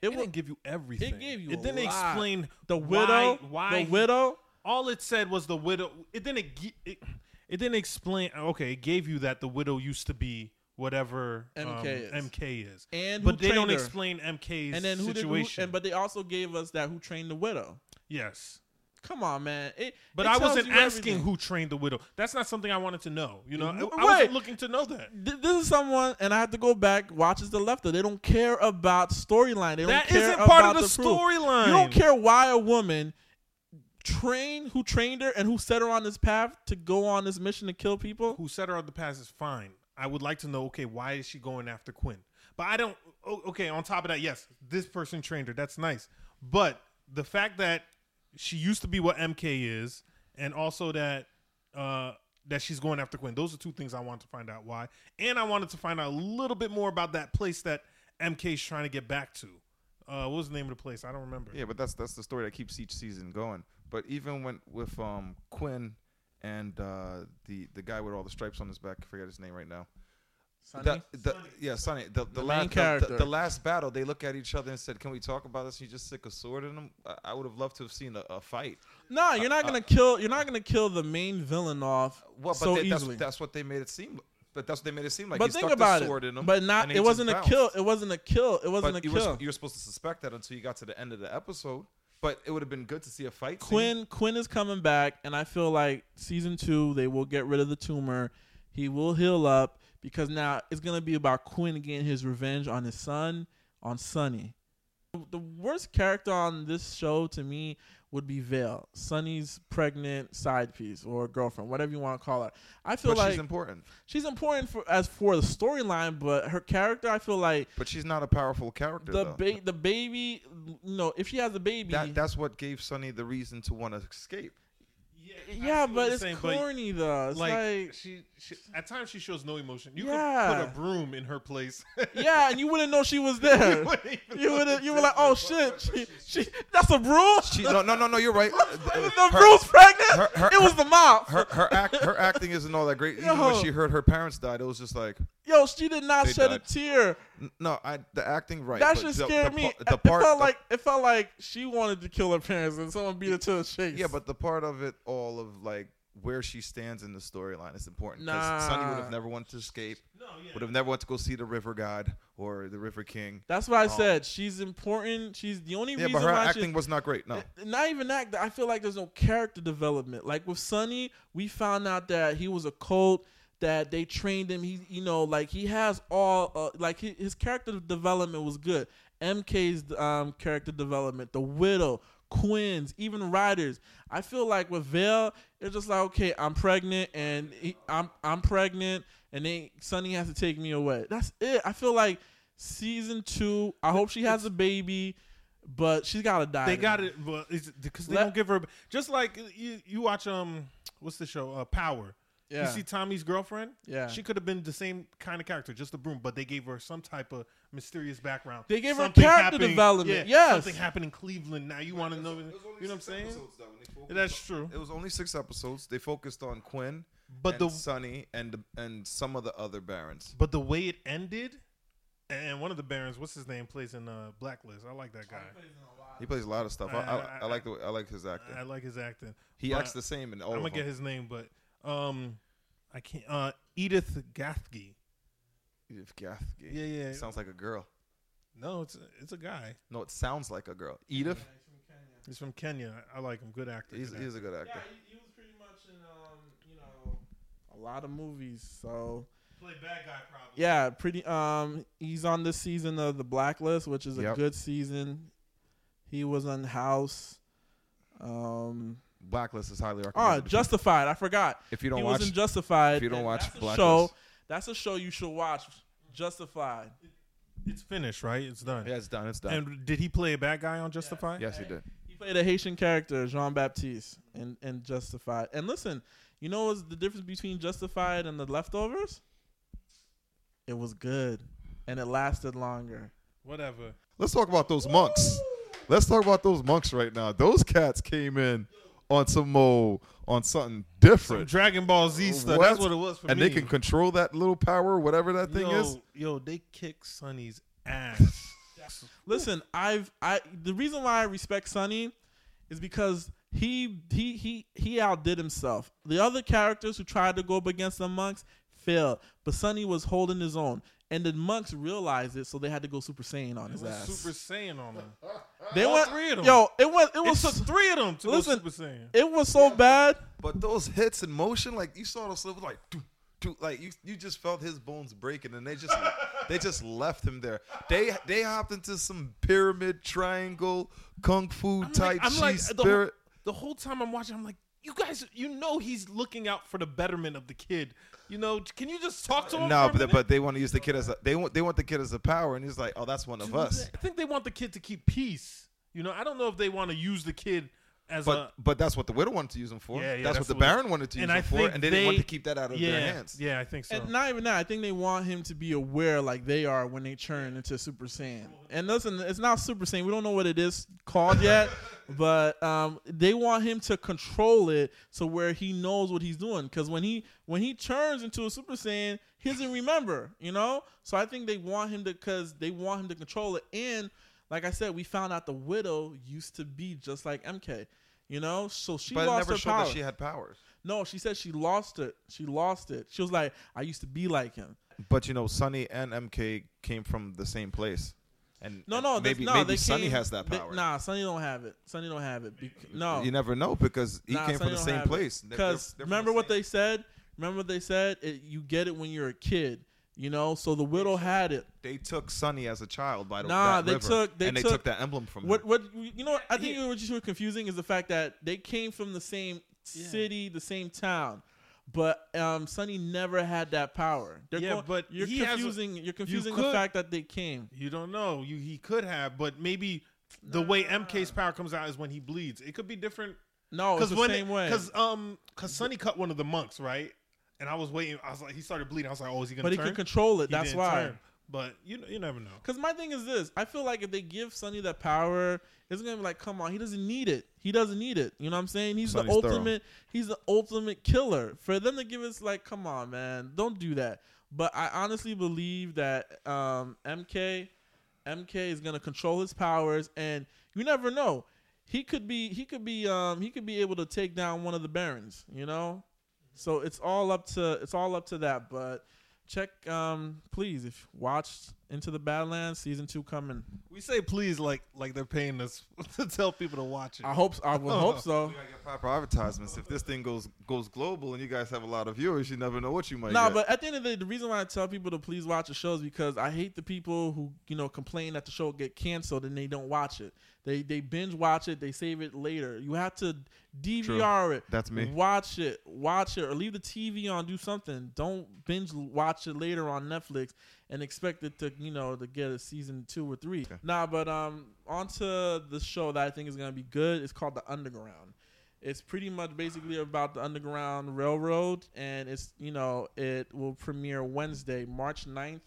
B: It,
A: it was
B: didn't give you everything.
A: gave you a
B: It didn't
A: lot.
B: explain
A: the
B: why-
A: widow
B: Why widow.
A: the widow
B: all it said was the widow. It didn't. gi- It, it didn't explain. Okay, it gave you that the widow used to be whatever um,
A: MK is.
B: MK is.
A: and
B: but they
A: who
B: don't
A: trained her.
B: explain MK's
A: and then who did
B: situation.
A: who, and but they also gave us that who trained the widow
B: yes,
A: come on man it,
B: but
A: it
B: I
A: tells
B: wasn't
A: you
B: asking
A: everything. Mm,
B: who trained the widow. That's not something I wanted to know. You know, I, I
A: Wait.
B: wasn't looking to know that.
A: Th- this is someone, and I have to go back. Watches the left. They don't care about storyline. They don't
B: That
A: care
B: isn't part
A: about
B: of the
A: proof.
B: storyline.
A: You don't care why a woman trained, who trained her, and who set her on this path to go on this mission to kill people.
B: Who set her on the path is fine. I would like to know. Okay, why is she going after Quinn? But I don't. o- Okay, on top of that, yes, this person trained her. That's nice. But the fact that she used to be what MK is, and also that uh, that she's going after Quinn. Those are two things I wanted to find out why, and I wanted to find out a little bit more about that place that MK is trying to get back to. Uh, what was the name of the place? I don't remember.
C: Yeah, but that's that's the story that keeps each season going. But even when with um Quinn and uh, the the guy with all the stripes on his back, I forget his name right now. That- the- yeah, Sonny. The, the,
A: main
C: last the- the,
A: character.
C: the last battle, they look at each other and said, "Can we talk about this?" You just stick a sword in him. I, I would have loved to have seen a, a fight.
A: No, you're not gonna kill. You're not gonna kill the main villain off
C: Uh, Well, but
A: so
C: they, that's,
A: easily.
C: that's what they made it seem. But that's what they made it seem like.
A: but
C: he
A: think
C: stuck
A: about
C: the sword
A: it.
C: in him.
A: but not.
C: and he
A: It
C: just
A: wasn't a
C: bounced.
A: kill. It wasn't a kill. It wasn't
C: But
A: a
C: you
A: kill.
C: were, you were supposed to suspect that until you got to the end of the episode. But it would have been good to see a fight. scene.
A: Quinn Quinn is coming back, and I feel like season two they will get rid of the tumor. He will heal up because now it's gonna be about Quinn getting his revenge on his son, on Sonny. The worst character on this show to me would be Vale, Sonny's pregnant side piece or girlfriend, whatever you want to call her. I feel
C: But
A: like
C: she's important.
A: she's important for as for the storyline, but her character, I feel like
C: But she's not a powerful character.
A: the
C: though.
A: ba- the baby, you know, if she has a baby,
C: That that's what gave Sonny the reason to want to escape.
A: yeah,
B: what
A: but
B: you're
A: it's
B: saying, but
A: corny though. It's
B: like,
A: like
B: she, she at times she shows no emotion. You
A: Yeah.
B: could put a broom in her place.
A: Yeah, and you wouldn't know she was there.
B: wouldn't even
A: you
B: know
A: would
B: the
A: you were like, oh shit, she, she, that's a broom.
C: She, no, no, no, no. You're right.
A: the
C: Her-
A: broom's pregnant.
C: her- her-
A: it was the mom.
C: her her act her acting isn't all that great. Even
A: Yo.
C: when she heard her parents died, it was just like,
A: Yo, she did not
C: They
A: shed
C: died.
A: a tear.
C: n- no, I the acting right.
A: That
C: but
A: shit
C: the-
A: scared
C: the,
A: me.
C: pa- The
A: it
C: part
A: felt
C: the-
A: like it felt like she wanted to kill her parents and someone beat her to the chase.
C: yeah, but the part of it all of like where she stands in the storyline is important. Because Sonny would
A: Nah.
C: have never wanted to escape,
B: No, yeah.
C: would have never wanted to go see the River God or the River King.
A: That's why I said she's important. She's the only
C: Oh. Yeah,
A: reason
C: but her
A: why
C: acting
A: she's
C: was not great. No.
A: not even that. I feel like there's no character development. Like with Sonny, we found out that he was a cult. That they trained him. He, you know, like he has all. Uh, like his, his character development was good. MK's um, character development, the widow, Quinn's, even Riders. I feel like with Vale, it's just like okay, I'm pregnant and he, I'm I'm pregnant, and then Sonny has to take me away. That's it. I feel like season two. I hope she has a baby, but she's gotta die.
B: They
A: to
B: got
A: me.
B: it, but because they
A: Let-
B: don't give her. Just like you, you watch um, what's the show? Uh, Power.
A: Yeah.
B: You see Tommy's girlfriend.
A: Yeah.
B: She could have been the same kind of character, just a broom, but they gave her some type of mysterious background.
A: They gave her
B: Something
A: character
B: happening-
A: development,
B: Yeah,
A: yes.
B: Something happened in Cleveland. Now you want to know? You know what I'm saying? That's true.
C: It was only six episodes. They focused on Quinn,
B: But
C: and
B: the-
C: Sonny and and some of the other barons.
B: But the way it ended, and one of the barons, what's his name, plays in uh, Blacklist. I like that guy.
C: He plays a lot of stuff. I, I, I like the way, I like his acting.
B: I like his acting.
C: He
B: But
C: acts the same in all
B: I'm
C: of
B: gonna
C: them.
B: get his name, but um, I can't. Uh, Edith Gathke.
C: Edith Gathgate.
B: Yeah, yeah.
C: Sounds like a girl.
B: No, it's it's a guy.
C: No, it sounds like a girl. Edith.
B: He's from Kenya. I, I like him. Good actor.
C: He's,
B: Good
C: he's
B: actor.
C: a good actor.
A: Yeah, he, he was pretty much in um, you know, a lot of movies. So
B: Play bad guy probably.
A: yeah, pretty um, he's on this season of The Blacklist, which is a
C: Yep.
A: good season. He was on House. Um,
C: Blacklist is highly
A: oh,
C: recommended.
A: Justified. I forgot.
C: if you don't
A: he
C: watch,
A: was in Justified.
C: if you don't
A: and
C: watch
A: that's a
C: Blacklist.
A: show, that's a show you should watch. Justified.
B: It's finished, right? It's done.
C: yeah, it's done. It's done.
B: And did he play a bad guy on Justified?
C: yes, he did.
A: He played a Haitian character, Jean Baptiste, in, in Justified. And listen, you know what's the difference between Justified and The Leftovers? It was good, and it lasted longer.
B: Whatever.
C: Let's talk about those monks. Let's talk about those monks right now. Those cats came in on some mo on something different.
B: Dragon Ball Z stuff. That's what it was for
C: and
B: me.
C: they can control that little power, whatever that thing
B: yo,
C: is.
B: yo, they kick Sonny's ass.
A: Listen, I've I the reason why I respect Sonny is because he he he he outdid himself. The other characters who tried to go up against the monks failed, but Sonny was holding his own. And the monks realized it, so they had to go Super Saiyan on his ass.
B: Super Saiyan on him.
A: they
B: all
A: went
B: three of them.
A: Yo, it was it
B: It
A: was
B: took
A: so,
B: three of them to
A: Listen.
B: go Super Saiyan.
A: it was so bad.
C: But those hits in motion, like you saw those little like doo, doo, like you you just felt his bones breaking and they just they just left him there. They they hopped into some pyramid triangle kung fu type
B: I'm
C: chi
B: like the whole,
C: spirit.
B: the whole time I'm watching, I'm like, you guys, you know, he's looking out for the betterment of the kid. You know, can you just talk to him?
C: no,
B: for a
C: but
B: minute?
C: but they want to use the kid as a, they want they want the kid as a power and he's like, "Oh, that's one of us."
B: I think they want the kid to keep peace. You know, I don't know if they want to use the kid as
C: But
B: a.
C: but that's what the widow wanted to use him for.
B: Yeah, yeah,
C: that's, what the Baron wanted to use
B: I
C: him for,
B: think
C: and they, didn't want to keep that out of
B: yeah,
C: their hands.
B: Yeah, I think so.
A: And not even that. I think they want him to be aware, like they are when they turn into Super Saiyan. And listen, it's not Super Saiyan. We don't know what it is called yet, but um, they want him to control it so where he knows what he's doing. Because when he when he turns into a Super Saiyan, he doesn't remember, you know. So I think they want him to, because they want him to control it. And like I said, we found out the widow used to be just like MK. You know, so she
C: But it
A: lost
C: never
A: her
C: showed
A: power.
C: that she had powers.
A: No, she said she lost it. She lost it. She was like, I used to be like him.
C: But you know, Sonny and MK came from the same place, and
A: No,
C: and
A: no,
C: maybe
A: maybe no,
C: maybe
A: they
C: Sonny
A: came-
C: has that
A: they-
C: power.
A: nah, Sonny don't have it. Sonny don't have it. Bec- no,
C: You never know because he
A: Nah,
C: came from
A: Sonny
C: the
A: don't
C: same
A: have it.
C: place. They're- they're-
A: Because
C: they're from
A: remember
C: the
A: what
C: same-
A: they said. Remember what they said. It, you get it when you're a kid. You know. So the widow had it.
C: they took Sonny as a child by the
A: Nah,
C: that
A: they
C: river,
A: took- they
C: and they
A: took-
C: took that emblem from
A: What?
C: him.
A: What? You know. What, I think what you were confusing is the fact that they came from the same city, the same town. But um, Sonny never had that power. They're
B: Yeah, but
A: you're
B: he has a-
A: confusing. you're confusing the
B: could-
A: fact that they came.
B: you don't know. You he could have, but maybe the way MK's power comes out is when he bleeds. It could be different.
A: No, Oh,
B: Because
A: it's the
B: when
A: same way.
B: because um because Sonny cut one of the monks right, and I was waiting. I was like, he started bleeding. I was like, oh, is he gonna?
A: but he
B: turn?
A: can control it.
B: He
A: That's
B: didn't
A: why.
B: turn. But you you never know.
A: Because my thing is this: I feel like if they give Sonny that power, it's gonna be like, come on, he doesn't need it. He doesn't need it. You know what I'm saying? He's the
C: Sonny's thorough.
A: ultimate. He's the ultimate killer. For them to give us like, come on, man, don't do that. But I honestly believe that um, MK, MK is gonna control his powers, and you never know. he could be he could be um he could be able to take down one of the barons, you know? So it's all up to it's all up to that, but check um please if watch Into the Badlands season 2 coming.
B: We say please like like they're paying us to tell people to watch it.
A: I hope I would hope so.
C: We gotta get proper advertisements. If this thing goes goes global and you guys have a lot of viewers, you never know what you might.
A: No,
C: get.
A: but at the end of the day, the reason why I tell people to please watch the show is because I hate the people who you know complain that the show get canceled and they don't watch it. They they binge watch it. They save it later. You have to DVR it.
C: That's me.
A: Watch it. Watch it or leave the TV on. Do something. Don't binge watch it later on Netflix and expect it to you know to get a season two or three. Nah, but um, onto the show that I think is gonna be good. It's called The Underground it's pretty much basically about the underground railroad and it's you know it will premiere wednesday march 9th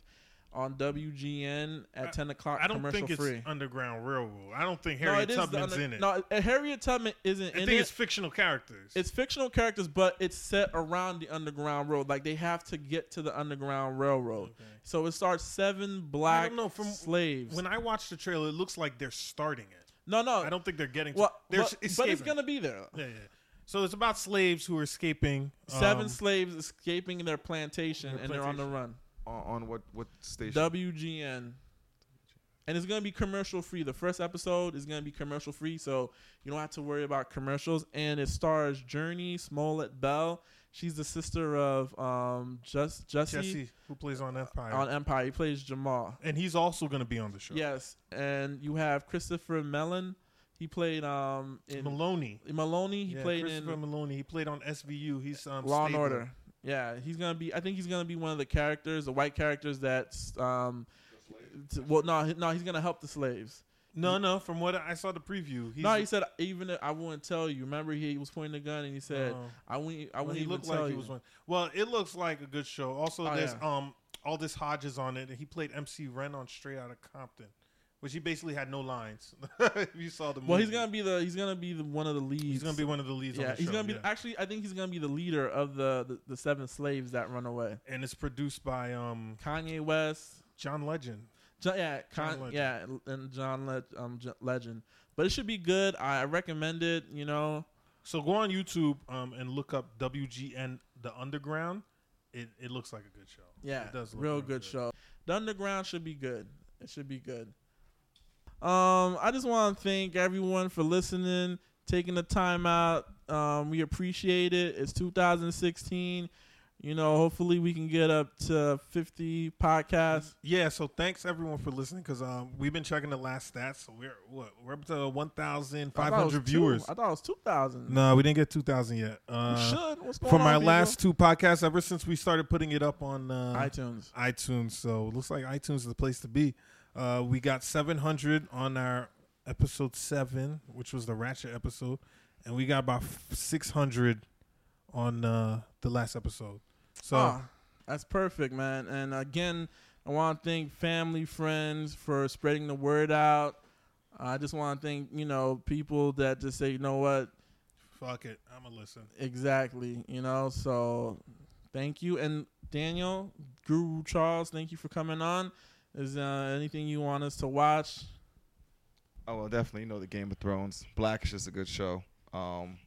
A: on wgn at 10 o'clock
B: I don't
A: commercial
B: think it's
A: free
B: Underground Railroad. I don't think Harriet
A: is the
B: Tubman's
A: under-
B: in it.
A: no uh, harriet tubman isn't
B: I
A: in
B: think
A: it
B: it's fictional characters.
A: it's fictional characters, but it's set around the Underground Road. Like they have to get to the Underground Railroad. So it starts seven black
B: know, from-
A: slaves.
B: when I watch the trailer, it looks like they're starting it.
A: no, no,
B: I don't think they're getting. To,
A: Well,
B: they're
A: but, but it's
B: escaping.
A: gonna be there.
B: Yeah, yeah. So it's about slaves who are escaping.
A: Seven
B: um,
A: slaves escaping their plantation,
B: Their
A: and they're on the
B: plantation.
A: run.
C: on, on what what station?
A: WGN. And it's gonna be commercial free. The first episode is gonna be commercial free, so you don't have to worry about commercials. And it stars Journey Smollett Bell. She's the sister of um Just Jesse,
B: Jesse, who plays on Empire, Oh.
A: on Empire. He plays Jamal.
B: and he's also going to be on the show.
A: Yes, and you have Christopher Mellon. He played um in
B: Maloney.
A: Maloney. He
B: yeah,
A: played
B: Christopher
A: in
B: Maloney. He played on SVU. He's um,
A: Law and
B: Stabler.
A: Order. Yeah, he's gonna be. I think he's gonna be one of the characters, the white characters that's um. t- well, no, he- no, he's gonna help the slaves.
B: No, no. From what I saw the preview, he's,
A: no, he said even if I wouldn't tell you. Remember, he was pointing the gun and he said,
B: Uh-huh.
A: "I wouldn't. e, I
B: when
A: wouldn't
B: he
A: even
B: looked
A: tell
B: like he
A: you."
B: was one. Well, it looks like a good show. Also,
A: Oh,
B: there's
A: yeah.
B: um Aldous Hodges on it, and he played MC Ren on Straight Outta Compton, which he basically had no lines. if you saw the movie.
A: well, he's gonna be the. He's gonna be the one of the leads.
B: he's gonna be one of the leads. on
A: Yeah,
B: the
A: he's
B: show,
A: gonna be.
B: yeah.
A: Actually, I think he's gonna be the leader of the the, the seven slaves that run away.
B: and it's produced by um
A: Kanye West.
B: John Legend.
A: Jo- yeah, Con-
B: John Legend.
A: yeah, and John Le- um, J- Legend. But it should be good. I recommend it. You know,
B: So go on YouTube um, and look up WGN The Underground. It, it looks like a good show.
A: Yeah,
B: it does look
A: real
B: real
A: good, show. The Underground should be good. It should be good. Um, I just want to thank everyone for listening, taking the time out. Um, we appreciate it. It's 2016. You know, hopefully we can get up to 50 podcasts.
B: Yeah, so thanks everyone for listening because um, we've been checking the last stats. So we're what we're up to one thousand
A: I
B: five
A: thought it was
B: hundred
A: two.
B: viewers.
A: I thought it was 2,000.
B: No, we didn't get two thousand yet.
A: You
B: Uh,
A: should. What's going
B: for
A: on,
B: my
A: people?
B: last two podcasts, ever since we started putting it up on uh,
A: iTunes.
B: iTunes. So it looks like iTunes is the place to be. Uh, we got 700 on our episode seven, which was the Ratchet episode, and we got about 600 on uh, the last episode. So
A: Ah, that's perfect, man. And again, I want to thank family, friends for spreading the word out. I just want to thank, you know, people that just say, you know what,
B: fuck it, I'm gonna listen.
A: exactly, you know. So thank you. And Daniel, Guru Charles, thank you for coming on. Is uh, anything you want us to watch?
C: Oh well, definitely. You know the Game of Thrones. Black is just a good show. Um,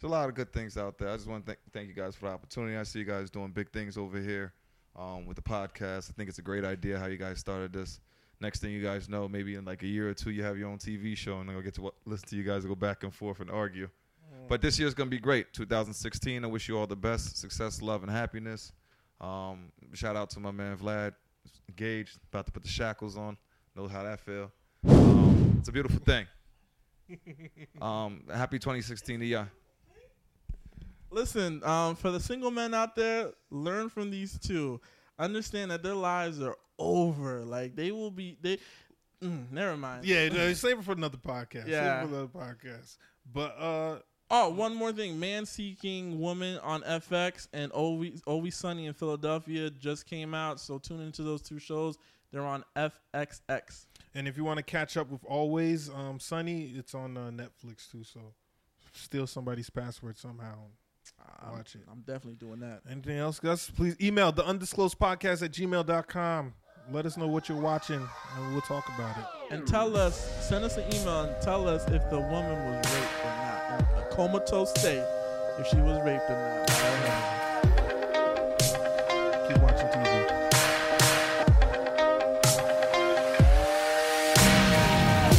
C: there's a lot of good things out there. I just want to thank thank you guys for the opportunity. I see you guys doing big things over here um, with the podcast. I think it's a great idea how you guys started this. Next thing you guys know, maybe in like a year or two, you have your own TV show, and I'll get to wa- listen to you guys go back and forth and argue. But this year's gonna be great. 2016. I wish you all the best, success, love, and happiness. Um, shout out to my man Vlad, engaged, about to put the shackles on. Know how that feel. Um, it's a beautiful thing. Um, happy 2016 to y'all.
A: Listen, um, for the single men out there, learn from these two. Understand that their lives are over. Like they will be. They. Mm, never mind.
B: Yeah, no, save it for another podcast.
A: Yeah.
B: Save it for another podcast. But uh,
A: Oh, one more thing. Man Seeking Woman on FX and Always, Always Sunny in Philadelphia just came out. So tune into those two shows. They're on FXX.
B: and if you want to catch up with Always um, Sunny, it's on uh, Netflix too. So steal somebody's password somehow.
A: I'm-
B: Watch it.
A: I'm definitely doing that.
B: Anything else, Gus? Please email the undisclosed podcast at gmail.com. Let us know what you're watching, and we'll talk about it.
A: and tell us, send us an email and tell us if the woman was raped or not, in a comatose state, if she was raped or not.